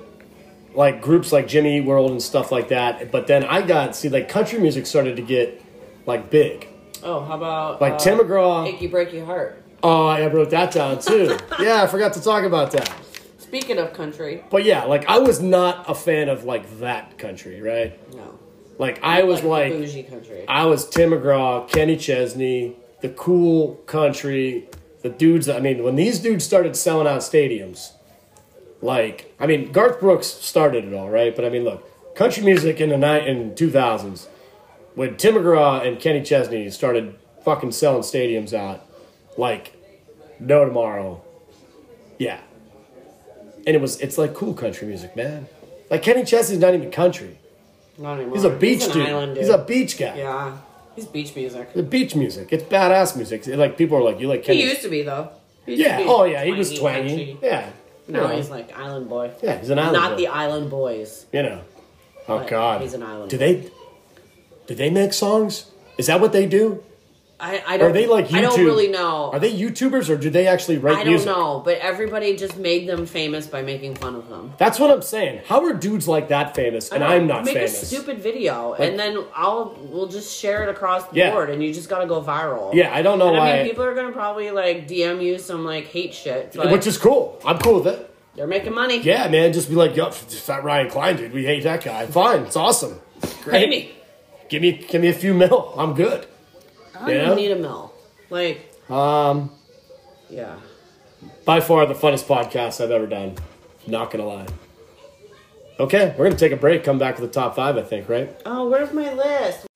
Speaker 1: like groups like Jimmy Eat World and stuff like that. But then I got see like country music started to get like big.
Speaker 2: oh, how about.
Speaker 1: Like Tim McGraw.
Speaker 2: Icky Breaky Heart.
Speaker 1: Oh, I wrote that down too. yeah, I forgot to talk about that.
Speaker 2: Speaking of country,
Speaker 1: But yeah, like I was not a fan of like that country, right?
Speaker 2: no.
Speaker 1: Like I was like,
Speaker 2: Bougie country.
Speaker 1: I was Tim McGraw, Kenny Chesney, the cool country, the dudes. I mean, when these dudes started selling out stadiums, like I mean, Garth Brooks started it all, right? But I mean, look, country music in the night in two thousands, when Tim McGraw and Kenny Chesney started fucking selling stadiums out, like no tomorrow, yeah. And it was it's like cool country music, man. Like Kenny Chesney's not even country.
Speaker 2: Not anymore.
Speaker 1: He's a beach
Speaker 2: He's an
Speaker 1: dude.
Speaker 2: island dude.
Speaker 1: He's a beach guy.
Speaker 2: Yeah. He's beach music.
Speaker 1: The beach music. It's badass music. It- like people are like, you like Kenny?
Speaker 2: He used to be, though. He used
Speaker 1: yeah.
Speaker 2: to be
Speaker 1: Oh yeah. He was
Speaker 2: twangy,
Speaker 1: twangy.
Speaker 2: edgy.
Speaker 1: Yeah.
Speaker 2: No,
Speaker 1: you know.
Speaker 2: he's like Island Boy.
Speaker 1: yeah. He's an island.
Speaker 2: Not
Speaker 1: boy,
Speaker 2: the Island Boys.
Speaker 1: You know. Oh
Speaker 2: but
Speaker 1: God.
Speaker 2: he's an island
Speaker 1: Do
Speaker 2: boy.
Speaker 1: they? Do they make songs? Is that what they do?
Speaker 2: I, I don't.
Speaker 1: Are they like YouTube?
Speaker 2: I don't really know.
Speaker 1: Are they YouTubers or do they actually write
Speaker 2: I don't
Speaker 1: music?
Speaker 2: know, but everybody just made them famous by making fun of them.
Speaker 1: That's what I'm saying. How are dudes like that famous and I'm not
Speaker 2: make
Speaker 1: famous?
Speaker 2: a stupid video, and then I'll we'll just share it across the
Speaker 1: Yeah.
Speaker 2: board, and you just gotta go viral.
Speaker 1: yeah, I don't know
Speaker 2: And
Speaker 1: why.
Speaker 2: I mean, people are gonna probably like DM you some like hate shit, but
Speaker 1: which is cool. I'm cool with it.
Speaker 2: they're making money.
Speaker 1: Yeah, man, just be like, yup, fat Ryan Klein, dude. We hate that guy. Fine, it's awesome.
Speaker 2: Great.
Speaker 1: Hey, give me give me a few mil. I'm good.
Speaker 2: I don't
Speaker 1: Yeah.
Speaker 2: even need a mill. Like,
Speaker 1: Um,
Speaker 2: yeah.
Speaker 1: by far the funnest podcast I've ever done. Not gonna lie. Okay, we're gonna take a break. Come back with the top five, I think. Right?
Speaker 2: Oh, where's my list?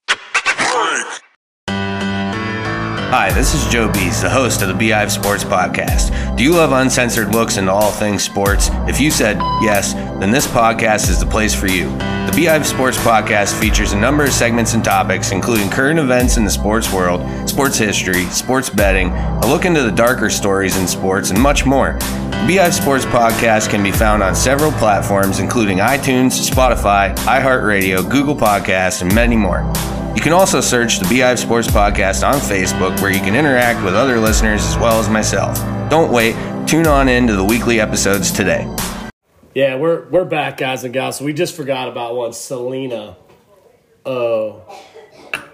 Speaker 6: Hi, this is Joe Bees, the host of the Beehive Sports Podcast. Do you love uncensored looks into all things sports? If you said yes, then this podcast is the place for you. The Beehive Sports Podcast features a number of segments and topics, including current events in the sports world, sports history, sports betting, a look into the darker stories in sports, and much more. The Beehive Sports Podcast can be found on several platforms, including iTunes, Spotify, iHeartRadio, Google Podcasts, and many more. You can also search the Beehive Sports Podcast on Facebook, where you can interact with other listeners as well as myself. Don't wait, tune on in to the weekly episodes today.
Speaker 1: Yeah, we're we're back, guys and gals. We just forgot about one, Selena. Oh,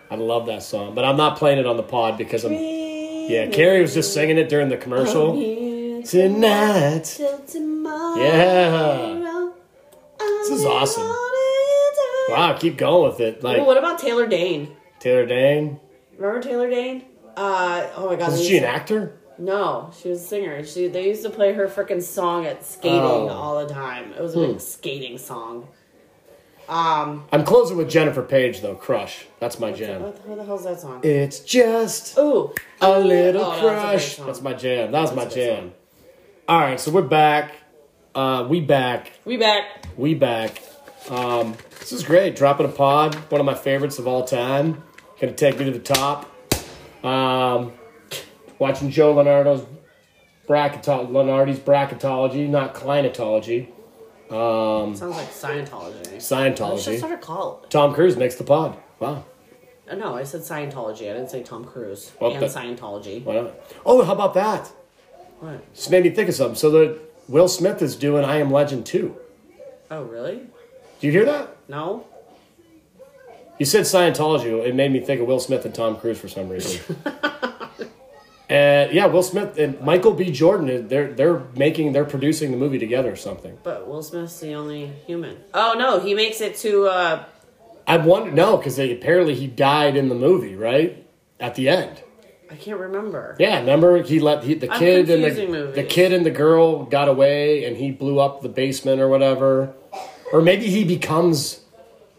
Speaker 1: I love that song, but I'm not playing it on the pod because I'm. Yeah, Carrie was just singing it during the
Speaker 2: Oh,
Speaker 1: commercial tonight.
Speaker 4: Till tomorrow.
Speaker 1: Yeah, this is awesome. Wow, keep going with it.
Speaker 2: Well,
Speaker 1: Like
Speaker 2: what about Taylor Dane?
Speaker 1: Taylor Dane.
Speaker 2: Remember Taylor Dane? Uh, oh my god.
Speaker 1: Is
Speaker 2: they
Speaker 1: she an
Speaker 2: used-
Speaker 1: actor?
Speaker 2: No, she was a singer. She they used to play her freaking song at skating
Speaker 1: Oh. Hmm.
Speaker 2: all the time. It was a big skating song. Um,
Speaker 1: I'm closing with Jennifer Page though. Crush. That's my jam.
Speaker 2: what, what the hell's that song?
Speaker 1: It's just
Speaker 2: Ooh,
Speaker 1: a little
Speaker 2: Oh, that's a great
Speaker 1: crush.
Speaker 2: song.
Speaker 1: That's my jam. That was my
Speaker 2: a good
Speaker 1: jam. All right, so we're back. Uh, we back.
Speaker 2: we back.
Speaker 1: We back. Um, this is great. Dropping a pod, one of my favorites of all time. Gonna take me to the top. Um, watching Joe Leonardo's bracketo- Leonardi's bracketology, not climatology,
Speaker 2: Sounds like Scientology. I should
Speaker 1: Hmm. Scientology.
Speaker 2: start a cult.
Speaker 1: Tom Cruise makes the pod. Wow.
Speaker 2: Uh, No, I said Scientology. I didn't say Tom Cruise
Speaker 1: Well,
Speaker 2: and
Speaker 1: that-
Speaker 2: Scientology.
Speaker 1: Why not? Oh, how about that?
Speaker 2: What?
Speaker 1: Just made me think of something. So that Will Smith is doing I Am Legend 2.
Speaker 2: Oh, really?
Speaker 1: Do you hear that?
Speaker 2: No.
Speaker 1: You said Scientology. It made me think of Will Smith and Tom Cruise for some reason. and yeah, Will Smith and Michael B. Jordan. They're they're making they're producing the movie together or something.
Speaker 2: But Will Smith's the only human. Oh no, he makes it to uh
Speaker 1: I wonder no because apparently he died in the movie right at the end.
Speaker 2: I can't remember.
Speaker 1: Yeah, remember he let he, the
Speaker 2: I'm
Speaker 1: kid and
Speaker 2: confusing
Speaker 1: the,
Speaker 2: movies.
Speaker 1: the kid and the girl got away and he blew up the basement or whatever, or maybe he becomes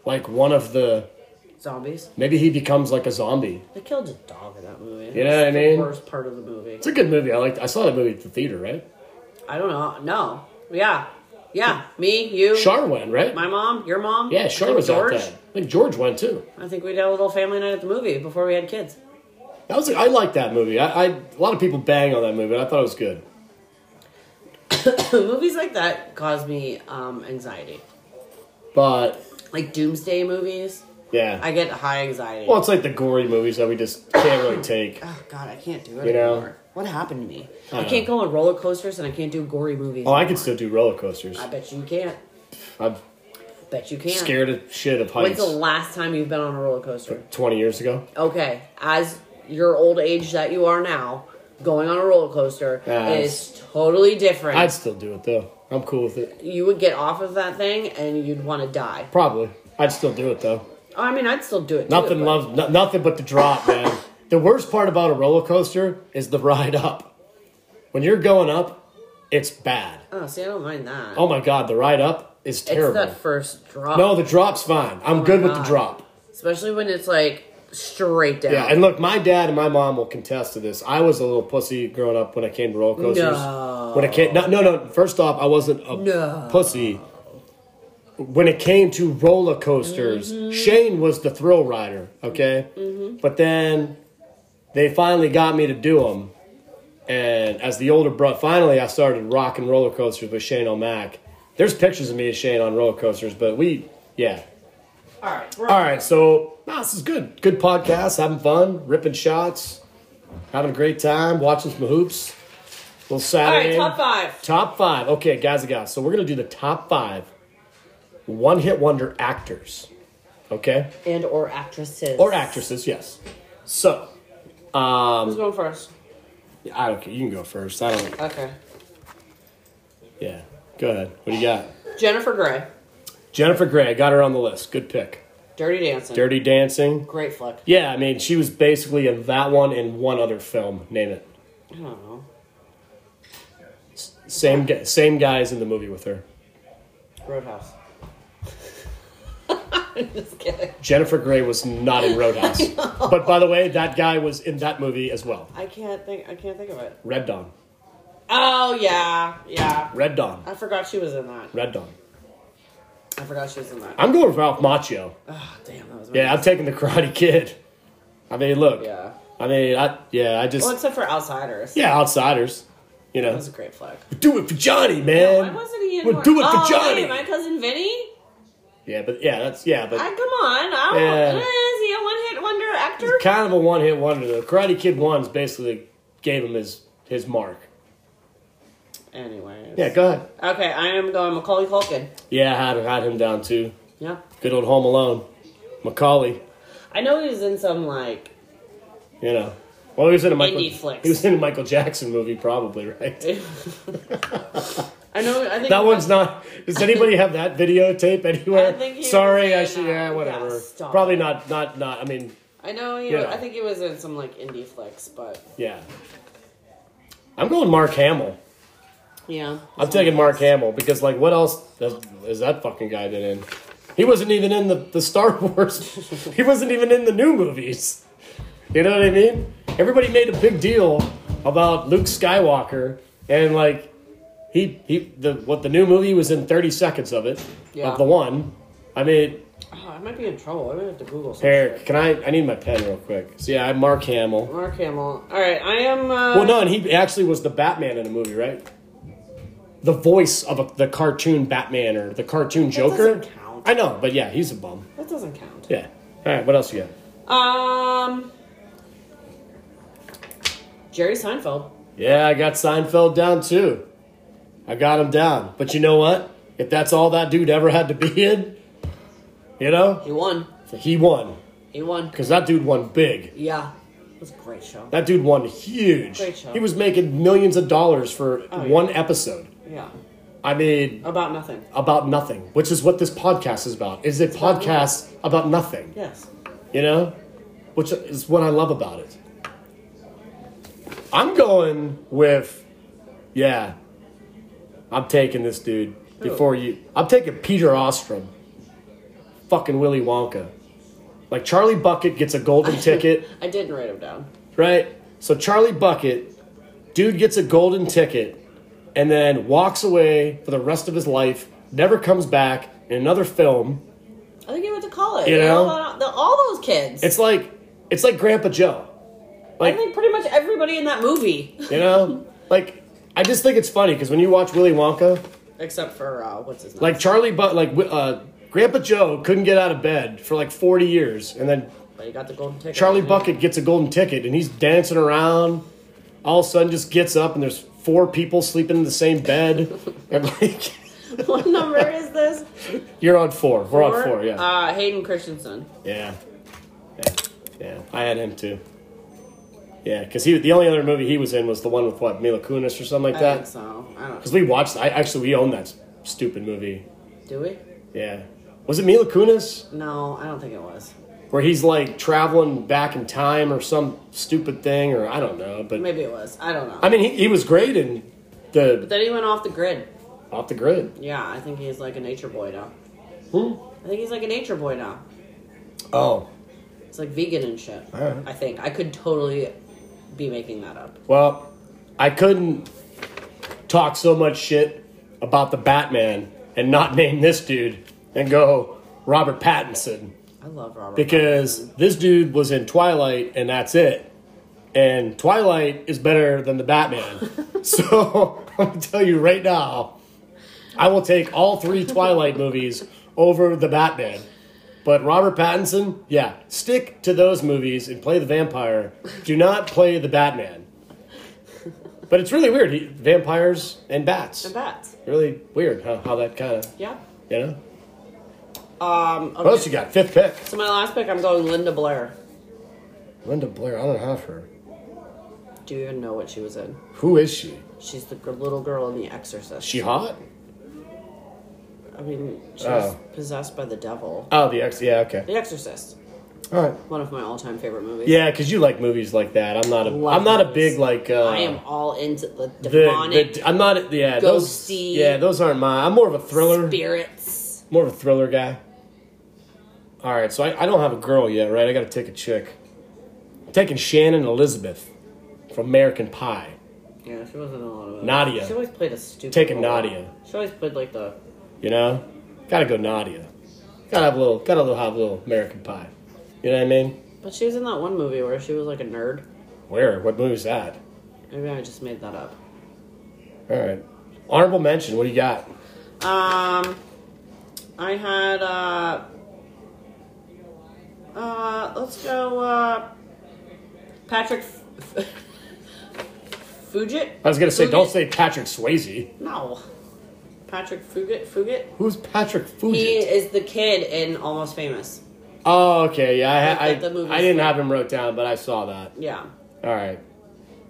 Speaker 1: like one of the
Speaker 2: Zombies.
Speaker 1: maybe he becomes like a zombie.
Speaker 2: They killed a dog in that movie.
Speaker 1: You know what I
Speaker 2: It's the
Speaker 1: mean?
Speaker 2: Worst part of the movie.
Speaker 1: It's a good movie. I liked. I saw that movie at the theater. Right,
Speaker 2: I don't know. No. Yeah. Yeah. Me, you,
Speaker 1: Char went right.
Speaker 2: my mom, your mom.
Speaker 1: Yeah,
Speaker 2: I
Speaker 1: Char
Speaker 2: think
Speaker 1: was
Speaker 2: George.
Speaker 1: out there. I think George went too.
Speaker 2: I think we did a little family night at the movie before we had kids.
Speaker 1: That was I like that movie. I, I a lot of people bang on that movie. but I thought it was good.
Speaker 2: Movies like that cause me um, anxiety.
Speaker 1: But
Speaker 2: Like doomsday movies,
Speaker 1: yeah,
Speaker 2: I get high anxiety.
Speaker 1: well, it's like the gory movies that we just can't really take.
Speaker 2: oh God, I can't do it
Speaker 1: You know?
Speaker 2: anymore. What happened to me? I,
Speaker 1: know.
Speaker 2: can't go on roller coasters and I can't do gory movies.
Speaker 1: Oh, I
Speaker 2: anymore.
Speaker 1: could still do roller coasters.
Speaker 2: I bet you can't.
Speaker 1: I'm
Speaker 2: Bet you can't.
Speaker 1: scared of shit of
Speaker 2: When's
Speaker 1: heights.
Speaker 2: the last time you've been on a roller coaster?
Speaker 1: Twenty years ago,
Speaker 2: Okay, as your old age that you are now, going on a roller coaster
Speaker 1: Yeah,
Speaker 2: is totally different.
Speaker 1: I'd still do it though. I'm cool with it.
Speaker 2: you would get off of that thing and you'd want to die.
Speaker 1: Probably, I'd still do it though.
Speaker 2: I mean, I'd still do it. too,
Speaker 1: Nothing
Speaker 2: but-
Speaker 1: loves no, nothing but the drop, man. the worst part about a roller coaster is the ride up. When you're going up, it's bad.
Speaker 2: Oh, see, I don't mind that.
Speaker 1: Oh my god, the ride up is
Speaker 2: it's
Speaker 1: terrible.
Speaker 2: that first drop.
Speaker 1: No, the drop's fine. I'm good with the
Speaker 2: God.
Speaker 1: drop.
Speaker 2: especially when it's like straight down.
Speaker 1: Yeah, and look, my dad and my mom will contest to this. I was a little pussy growing up when it came to roller coasters.
Speaker 2: No.
Speaker 1: When it came, no, no, no. First off, I wasn't a
Speaker 2: No.
Speaker 1: pussy. When it came to roller coasters,
Speaker 2: Mm-hmm.
Speaker 1: Shane was the thrill rider. Okay, but then they finally got me to do them, and as the older brother, finally I started rocking roller coasters with Shane O'Mac. There's pictures of me and Shane on roller coasters, but we, yeah,
Speaker 2: All right. We're
Speaker 1: All right, so nah, this is good. Good podcast, having fun, ripping shots, having a great time, watching some hoops. Little
Speaker 2: All right.
Speaker 1: Saturday.
Speaker 2: Top five.
Speaker 1: Top five. Okay, guys and gals. So we're gonna do the top five one hit wonder actors. Okay?
Speaker 2: And or actresses.
Speaker 1: Or actresses, yes. So
Speaker 2: Who's going first?
Speaker 1: I don't care. You can go first. I don't
Speaker 2: Okay.
Speaker 1: yeah. Go ahead. What do you got?
Speaker 2: Jennifer Grey.
Speaker 1: Jennifer Grey, I got her on the list. Good pick.
Speaker 2: Dirty Dancing.
Speaker 1: Dirty Dancing.
Speaker 2: Great flick.
Speaker 1: Yeah, I mean she was basically in that one and one other film. Name it.
Speaker 2: I don't know.
Speaker 1: Same gu- same guys in the movie with her.
Speaker 2: Roadhouse. I'm just kidding.
Speaker 1: Jennifer Grey was not in Roadhouse. but by the way, that guy was in that movie as well.
Speaker 2: I can't think. I can't think of it.
Speaker 1: Red Dawn.
Speaker 2: Oh yeah, yeah.
Speaker 1: Red Dawn.
Speaker 2: I forgot she was in that.
Speaker 1: Red Dawn.
Speaker 2: I forgot she was in that.
Speaker 1: I'm going with Ralph Macchio.
Speaker 2: Oh, damn, that was.
Speaker 1: Yeah, I'm taking the Karate Kid. I mean, look.
Speaker 2: Yeah.
Speaker 1: I mean, I yeah, I just
Speaker 2: Well, except for Outsiders.
Speaker 1: yeah, outsiders. You
Speaker 2: That
Speaker 1: know,
Speaker 2: was a great flag.
Speaker 1: do it for Johnny, man.
Speaker 2: Oh, Why wasn't he in?
Speaker 1: We'll
Speaker 2: one-
Speaker 1: do it for
Speaker 2: oh,
Speaker 1: Johnny.
Speaker 2: Wait, my cousin Vinny.
Speaker 1: yeah, but yeah, that's yeah, but
Speaker 2: I, come on. I don't,
Speaker 1: Yeah.
Speaker 2: Is he a one-hit wonder actor?
Speaker 1: kind of a one-hit wonder. though. Karate Kid one's basically gave him his his mark.
Speaker 2: Anyways.
Speaker 1: Yeah, go ahead.
Speaker 2: Okay, I am going Macaulay Culkin.
Speaker 1: Yeah, I had had him down too.
Speaker 2: Yeah.
Speaker 1: Good old Home Alone, Macaulay.
Speaker 2: I know he was in some like.
Speaker 1: You know, well, he was in a Michael.
Speaker 2: Indie flicks.
Speaker 1: He was in a Michael Jackson movie, probably right.
Speaker 2: I know. I think
Speaker 1: That one's not. Does anybody have that videotape anywhere?
Speaker 2: I think he
Speaker 1: Sorry,
Speaker 2: was
Speaker 1: I
Speaker 2: in,
Speaker 1: should.
Speaker 2: uh,
Speaker 1: Yeah,
Speaker 2: yeah,
Speaker 1: whatever.
Speaker 2: stop
Speaker 1: Probably
Speaker 2: it.
Speaker 1: not. Not. Not. I mean,
Speaker 2: I know. He
Speaker 1: Yeah.
Speaker 2: was, I think he was in some like indie flicks, but
Speaker 1: yeah. I'm going Mark Hamill.
Speaker 2: yeah.
Speaker 1: I'm taking Mark Hamill because, like, what else does, is that fucking guy been in? He wasn't even in the, the Star Wars. he wasn't even in the new movies. You know what I mean? Everybody made a big deal about Luke Skywalker and like he he the what the new movie was in 30 seconds of it
Speaker 2: Yeah.
Speaker 1: of the one. I mean,
Speaker 2: Oh, I might be in trouble. I might have to Google. Some
Speaker 1: Eric,
Speaker 2: shit.
Speaker 1: can I? I need my pen real quick. So yeah, I'm Mark Hamill.
Speaker 2: Mark Hamill. All right, I am. Uh,
Speaker 1: Well, no, and he actually was the Batman in the movie, right? The voice of a, the cartoon Batman or the cartoon Joker.
Speaker 2: doesn't count.
Speaker 1: I know, but yeah, he's a bum.
Speaker 2: That doesn't count.
Speaker 1: Yeah. All right, what else you got?
Speaker 2: Um. Jerry Seinfeld.
Speaker 1: Yeah, I got Seinfeld down too. I got him down. But you know what? If that's all that dude ever had to be in, you know,
Speaker 2: He won.
Speaker 1: he won
Speaker 2: He won.
Speaker 1: because that dude won big.
Speaker 2: Yeah. It was a great show.
Speaker 1: That dude won huge.
Speaker 2: Great show.
Speaker 1: He was making millions of dollars for
Speaker 2: Oh,
Speaker 1: one
Speaker 2: yeah.
Speaker 1: episode.
Speaker 2: Yeah.
Speaker 1: I mean,
Speaker 2: About nothing.
Speaker 1: about nothing, which is what this podcast is about. Is a
Speaker 2: about
Speaker 1: podcast about nothing,
Speaker 2: Yes.
Speaker 1: you know, which is what I love about it. I'm going with, yeah, I'm taking this dude before you. I'm taking Peter Ostrom, fucking Willy Wonka. Like Charlie Bucket gets a golden ticket
Speaker 2: I didn't write him down.
Speaker 1: right? So Charlie Bucket, dude gets a golden ticket and then walks away for the rest of his life, never comes back in another film.
Speaker 2: I think he went to college.
Speaker 1: You know?
Speaker 2: all, the- all those kids.
Speaker 1: It's like it's like Grandpa Joe.
Speaker 2: I think pretty much everybody in that movie,
Speaker 1: You know? like I just think it's funny because when you watch Willy Wonka,
Speaker 2: except for uh, what's his name?
Speaker 1: like Charlie Buck like uh Grandpa Joe couldn't get out of bed for like 40 years and then
Speaker 2: but he got the golden ticket.
Speaker 1: Charlie
Speaker 2: Yeah.
Speaker 1: Bucket gets a golden ticket and he's dancing around. All of a sudden, just gets up and there's four people sleeping in the same bed. And like,
Speaker 2: what number is this?
Speaker 1: You're on four. We're on four. Yeah.
Speaker 2: Uh, Hayden Christensen.
Speaker 1: yeah. Yeah. Yeah. I had him too. Yeah, because he the only other movie he was in was the one with what Mila Kunis or something like
Speaker 2: I
Speaker 1: that.
Speaker 2: think so. I don't.
Speaker 1: Because we watched. I actually we own that s- stupid movie.
Speaker 2: Do we?
Speaker 1: Yeah. Was it Mila Kunis
Speaker 2: No, I don't think it was.
Speaker 1: where he's like traveling back in time or some stupid thing or I don't know, but
Speaker 2: Maybe it was. I don't know.
Speaker 1: I mean he, he was great in the
Speaker 2: then he went off the grid.
Speaker 1: off the grid.
Speaker 2: Yeah, I think he's like a nature boy now. I think he's like a nature boy now.
Speaker 1: Oh.
Speaker 2: It's like vegan and shit.
Speaker 1: Alright.
Speaker 2: I think I could totally be making that up.
Speaker 1: Well, I couldn't talk so much shit about the Batman and not name this dude and go Robert Pattinson
Speaker 2: I love Robert.
Speaker 1: because this dude was in Twilight and that's it. And Twilight is better than the Batman. so I'm going to tell you right now, I will take all three Twilight movies over the Batman. But Robert Pattinson, yeah, stick to those movies and play the vampire. Do not play the Batman. But it's really weird. He, vampires and bats.
Speaker 2: The bats.
Speaker 1: Really weird how, how that kind of,
Speaker 2: Yeah.
Speaker 1: you know?
Speaker 2: Um, okay.
Speaker 1: What else you got? Fifth pick.
Speaker 2: So my last pick, I'm going Linda Blair.
Speaker 1: Linda Blair, I don't have her.
Speaker 2: Do you even know what she was in?
Speaker 1: Who is she?
Speaker 2: She's the gr- little girl in The Exorcist.
Speaker 1: She hot?
Speaker 2: I mean, she was
Speaker 1: Oh.
Speaker 2: possessed by the devil.
Speaker 1: Oh, the ex. Yeah, okay.
Speaker 2: The Exorcist.
Speaker 1: All right.
Speaker 2: One of my all-time favorite movies.
Speaker 1: Yeah, because you like movies like that. I'm not a.
Speaker 2: Love
Speaker 1: am not a
Speaker 2: those.
Speaker 1: big like. Uh,
Speaker 2: I am all into the
Speaker 1: the-
Speaker 2: demonic
Speaker 1: the- I'm not. Yeah, those.
Speaker 2: ghosty-
Speaker 1: Yeah, those aren't mine. I'm more of a thriller.
Speaker 2: spirits.
Speaker 1: More of a thriller guy. All right, so I, I don't have a girl yet, right? I got to take a chick. I'm taking Shannon Elizabeth from American Pie.
Speaker 2: Yeah, she wasn't in a lot of it.
Speaker 1: Nadia.
Speaker 2: She always played a stupid.
Speaker 1: Taking
Speaker 2: role.
Speaker 1: Nadia.
Speaker 2: She always played like the.
Speaker 1: You know, gotta go Nadia. Gotta have a little. Gotta have a little American Pie. You know what I mean?
Speaker 2: But she was in that one movie where she was like a nerd.
Speaker 1: Where? What movie's that?
Speaker 2: Maybe I just made that up.
Speaker 1: All right. Honorable mention. What do you got?
Speaker 2: Um, I had uh, uh, let's go, uh, Patrick F- F- Fugit.
Speaker 1: I was gonna say, don't
Speaker 2: Fugit?
Speaker 1: say Patrick Swayze.
Speaker 2: no. Patrick Fugit. Fugit.
Speaker 1: Who's Patrick Fugit?
Speaker 2: He is the kid in Almost Famous.
Speaker 1: Oh, okay. Yeah, I,
Speaker 2: Like the
Speaker 1: ha-
Speaker 2: movie
Speaker 1: I, I didn't
Speaker 2: scene.
Speaker 1: have him wrote down, but I saw that.
Speaker 2: Yeah,
Speaker 1: All right.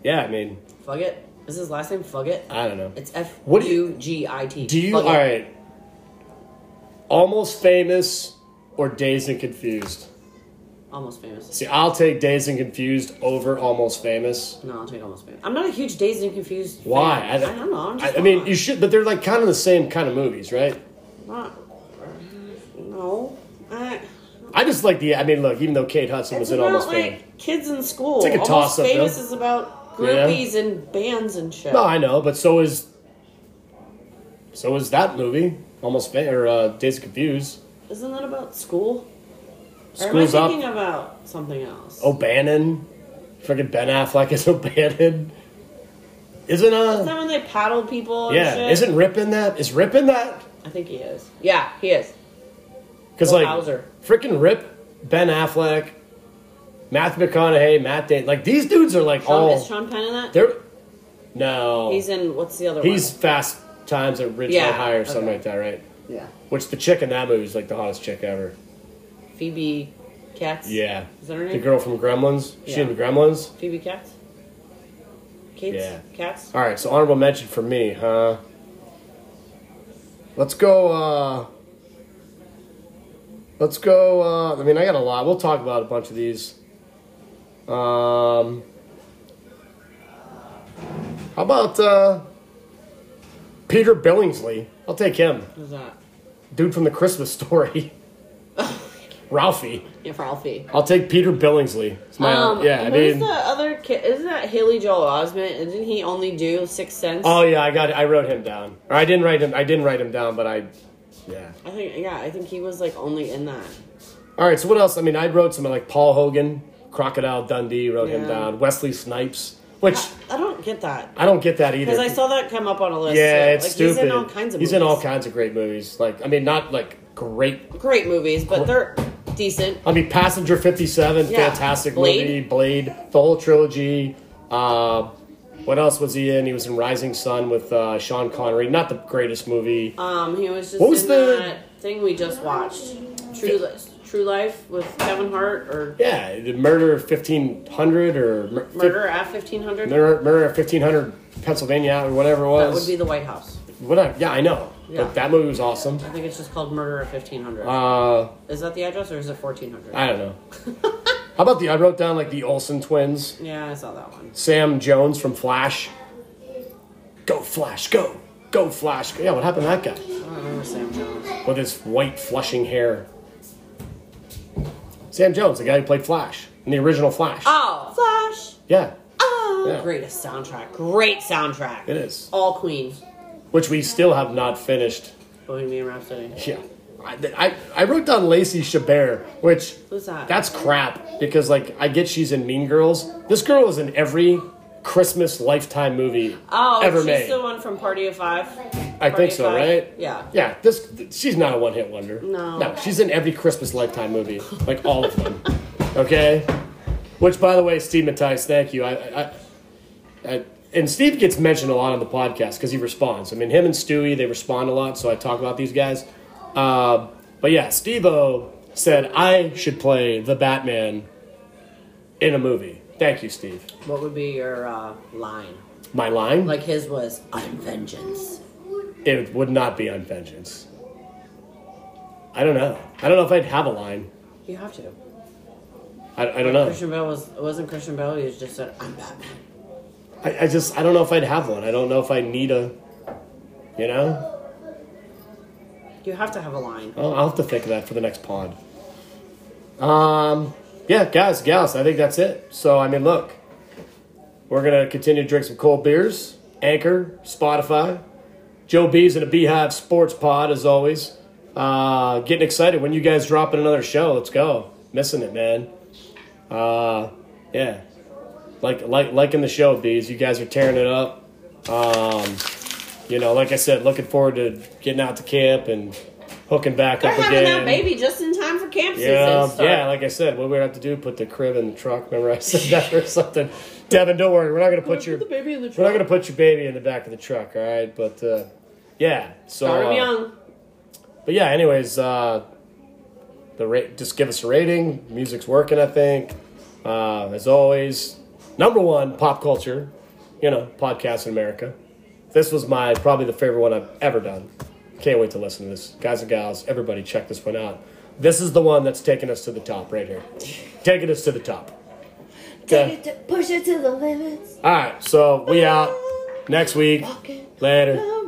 Speaker 1: Yeah, I mean,
Speaker 2: Fugit. Is his last name Fugit?
Speaker 1: I don't know.
Speaker 2: It's F
Speaker 1: What do you-
Speaker 2: U G I T.
Speaker 1: Do you,
Speaker 2: Fugit.
Speaker 1: all right, Almost Famous or Dazed and Confused?
Speaker 2: Almost Famous.
Speaker 1: See, I'll take Dazed and Confused over Almost Famous.
Speaker 2: No, I'll take Almost Famous. I'm not a huge Dazed and Confused. fan.
Speaker 1: Why?
Speaker 2: I, don't know. I'm
Speaker 1: I,
Speaker 2: just
Speaker 1: I mean,
Speaker 2: not-
Speaker 1: you should, but they're like kind of the same kind of movies, right?
Speaker 2: Not, no. I,
Speaker 1: I just like the, I mean, look, even though Kate Hudson
Speaker 2: it's
Speaker 1: was in
Speaker 2: about
Speaker 1: Almost
Speaker 2: like
Speaker 1: Famous.
Speaker 2: kids in school.
Speaker 1: It's like a
Speaker 2: Almost
Speaker 1: toss-up,
Speaker 2: Famous
Speaker 1: though.
Speaker 2: is about
Speaker 1: Yeah.
Speaker 2: groupies and bands and shit.
Speaker 1: No, I know, but so is so is that movie almost fa- or uh, Days of Confused.
Speaker 2: Isn't that about school?
Speaker 1: School's
Speaker 2: or am
Speaker 1: up.
Speaker 2: I
Speaker 1: Oh.
Speaker 2: thinking about something else?
Speaker 1: O'Bannon, freaking Ben Affleck is O'Bannon. Isn't
Speaker 2: Isn't that
Speaker 1: uh
Speaker 2: when they paddle people and
Speaker 1: yeah?
Speaker 2: shit?
Speaker 1: Isn't Rip in that? Is Rip in that?
Speaker 2: I think he is. Yeah, he is.
Speaker 1: Because
Speaker 2: Bill
Speaker 1: like
Speaker 2: Hauser.
Speaker 1: freaking Rip, Ben Affleck, Matthew McConaughey, Matt Damon, like these dudes are like
Speaker 2: Sean,
Speaker 1: all
Speaker 2: Is Sean Penn in that?
Speaker 1: Oh. they're no
Speaker 2: He's in, what's the other
Speaker 1: he's Fast Times at Ridgemont
Speaker 2: Yeah,
Speaker 1: High or something
Speaker 2: okay.
Speaker 1: like that, right?
Speaker 2: one? Yeah.
Speaker 1: Which the chick in that movie is like the hottest chick ever.
Speaker 2: Phoebe Katz?
Speaker 1: Yeah.
Speaker 2: Is that her
Speaker 1: The
Speaker 2: name?
Speaker 1: girl from Gremlins. She
Speaker 2: Yeah.
Speaker 1: in Gremlins.
Speaker 2: Phoebe Katz? Kate's?
Speaker 1: Yeah.
Speaker 2: Katz?
Speaker 1: All right, so honorable mention for me, huh? Let's go. uh Let's go. uh I mean, I got a lot. We'll talk about a bunch of these. Um, how about uh Peter Billingsley? I'll take him,
Speaker 2: Who's that?
Speaker 1: dude from the Christmas Story. Ralphie.
Speaker 2: Yeah, for Alfie.
Speaker 1: I'll take Peter Billingsley. It's my-
Speaker 2: Um,
Speaker 1: yeah, I
Speaker 2: who's
Speaker 1: mean,
Speaker 2: the other kid? Isn't that Haley Joel Osment? Didn't he only do Six Sense?
Speaker 1: Oh yeah, I got. I wrote him down, or I didn't write him. I didn't write him down, but I. Yeah.
Speaker 2: I think yeah, I think he was like only in that.
Speaker 1: All right. So what else? I mean, I wrote some like Paul Hogan, Crocodile Dundee. Wrote him
Speaker 2: Yeah.
Speaker 1: down. Wesley Snipes, which
Speaker 2: I don't get that
Speaker 1: I don't get that either.
Speaker 2: because I saw that come up on a list.
Speaker 1: yeah,
Speaker 2: too.
Speaker 1: it's
Speaker 2: like,
Speaker 1: stupid.
Speaker 2: He's in all kinds of
Speaker 1: He's
Speaker 2: movies.
Speaker 1: in all kinds of great movies. Like I mean, not like great.
Speaker 2: great movies, but they're decent.
Speaker 1: I mean, Passenger Fifty Seven,
Speaker 2: Yeah.
Speaker 1: fantastic
Speaker 2: Blade.
Speaker 1: movie. Blade, the whole trilogy. Uh, what else was he in? He was in Rising Sun with uh, Sean Connery. Not the greatest movie.
Speaker 2: Um, he was just
Speaker 1: What was
Speaker 2: in
Speaker 1: the-
Speaker 2: that thing we just watched, True Li- True Life with Kevin Hart or
Speaker 1: yeah, the Murder Fifteen Hundred or Mur- Fif-
Speaker 2: Murder at fifteen hundred.
Speaker 1: Murder, murder at 1500 Pennsylvania or whatever it
Speaker 2: That
Speaker 1: was.
Speaker 2: would be the White House.
Speaker 1: whatever. Yeah, I know.
Speaker 2: Yeah.
Speaker 1: But that movie was awesome.
Speaker 2: I think it's just called Murder at fifteen hundred.
Speaker 1: Uh,
Speaker 2: is that the address or is it fourteen hundred?
Speaker 1: I don't know. How about the? I wrote down like the Olsen twins,
Speaker 2: Yeah, I saw that one.
Speaker 1: Sam Jones from Flash. Go Flash, go, go Flash. Yeah, what happened to that guy
Speaker 2: I don't remember Sam Jones.
Speaker 1: with his white flushing hair? Sam Jones, the guy who played Flash in the original Flash.
Speaker 2: Oh, Flash.
Speaker 1: Yeah,
Speaker 2: Oh,
Speaker 1: Yeah.
Speaker 2: greatest soundtrack. Great soundtrack.
Speaker 1: it is.
Speaker 2: All Queen.
Speaker 1: Which we still have not finished.
Speaker 2: Bohemian Rhapsody.
Speaker 1: Yeah. I, I, I wrote down Lacey Chabert, which
Speaker 2: Who's that?
Speaker 1: that's crap because like I get she's in Mean Girls. This girl is in every Christmas Lifetime movie
Speaker 2: Oh,
Speaker 1: ever
Speaker 2: she's
Speaker 1: made.
Speaker 2: the one from Party of Five.
Speaker 1: I think so,
Speaker 4: Barney Fife.
Speaker 1: right?
Speaker 4: Yeah.
Speaker 1: Yeah, this th- she's not a one hit wonder.
Speaker 4: No.
Speaker 1: No, she's in every Christmas Lifetime movie, like all of them. Okay? Which, by the way, Steve Mattias, thank you. I, I, I, and Steve gets mentioned a lot on the podcast because he responds. I mean, him and Stewie, they respond a lot, so I talk about these guys. Uh, but yeah, Steve O said, I should play the Batman in a movie. Thank you, Steve.
Speaker 2: What would be your uh, line?
Speaker 1: My line?
Speaker 2: Like his was, I'm vengeance.
Speaker 1: it would not be on vengeance. I don't know. I don't know if I'd have a line.
Speaker 2: You have to.
Speaker 1: I, I don't know.
Speaker 2: Christian Bale was it wasn't Christian Bale. He just said, "I'm Batman."
Speaker 1: I, I just I don't know if I'd have one. I don't know if I need a. You know,
Speaker 2: You have to have a line.
Speaker 1: I'll, I'll have to think of that for the next pod. Um, yeah, guys, gals, I think that's it. So I mean, look, we're gonna continue to drink some cold beers. Anchor, Spotify, Joe B's in a Beehive Sports Pod as always. Uh, getting excited when you guys dropping another show. Let's go. Missing it, man. Uh, yeah, like like liking the show, bees. You guys are tearing it up. Um, you know, like I said, looking forward to getting out to camp and hooking back
Speaker 2: They're
Speaker 1: up
Speaker 2: having
Speaker 1: again.
Speaker 2: that baby just in time for camp season.
Speaker 1: Yeah, um,
Speaker 2: start.
Speaker 1: yeah. Like I said, what we have to do put the crib in the truck. Remember I said that or something. Devin, don't worry. We're not gonna put your
Speaker 2: the baby in the
Speaker 1: we're not
Speaker 2: truck.
Speaker 1: gonna put your baby in the back of the truck. All right, but uh, yeah. So,
Speaker 2: Start him
Speaker 1: uh,
Speaker 2: young.
Speaker 1: but yeah. Anyways, uh, the rate just give us a rating. Music's working, I think. Uh, as always, number one pop culture. You know, podcast in America. This was my probably the favorite one I've ever done. Can't wait to listen to this. Guys and gals, everybody check this one out. This is the one that's taking us to the top right here. Taking us to the top. Okay.
Speaker 4: Take it to, push it to the limits.
Speaker 1: All right, so we out next week.
Speaker 4: Okay.
Speaker 1: Later.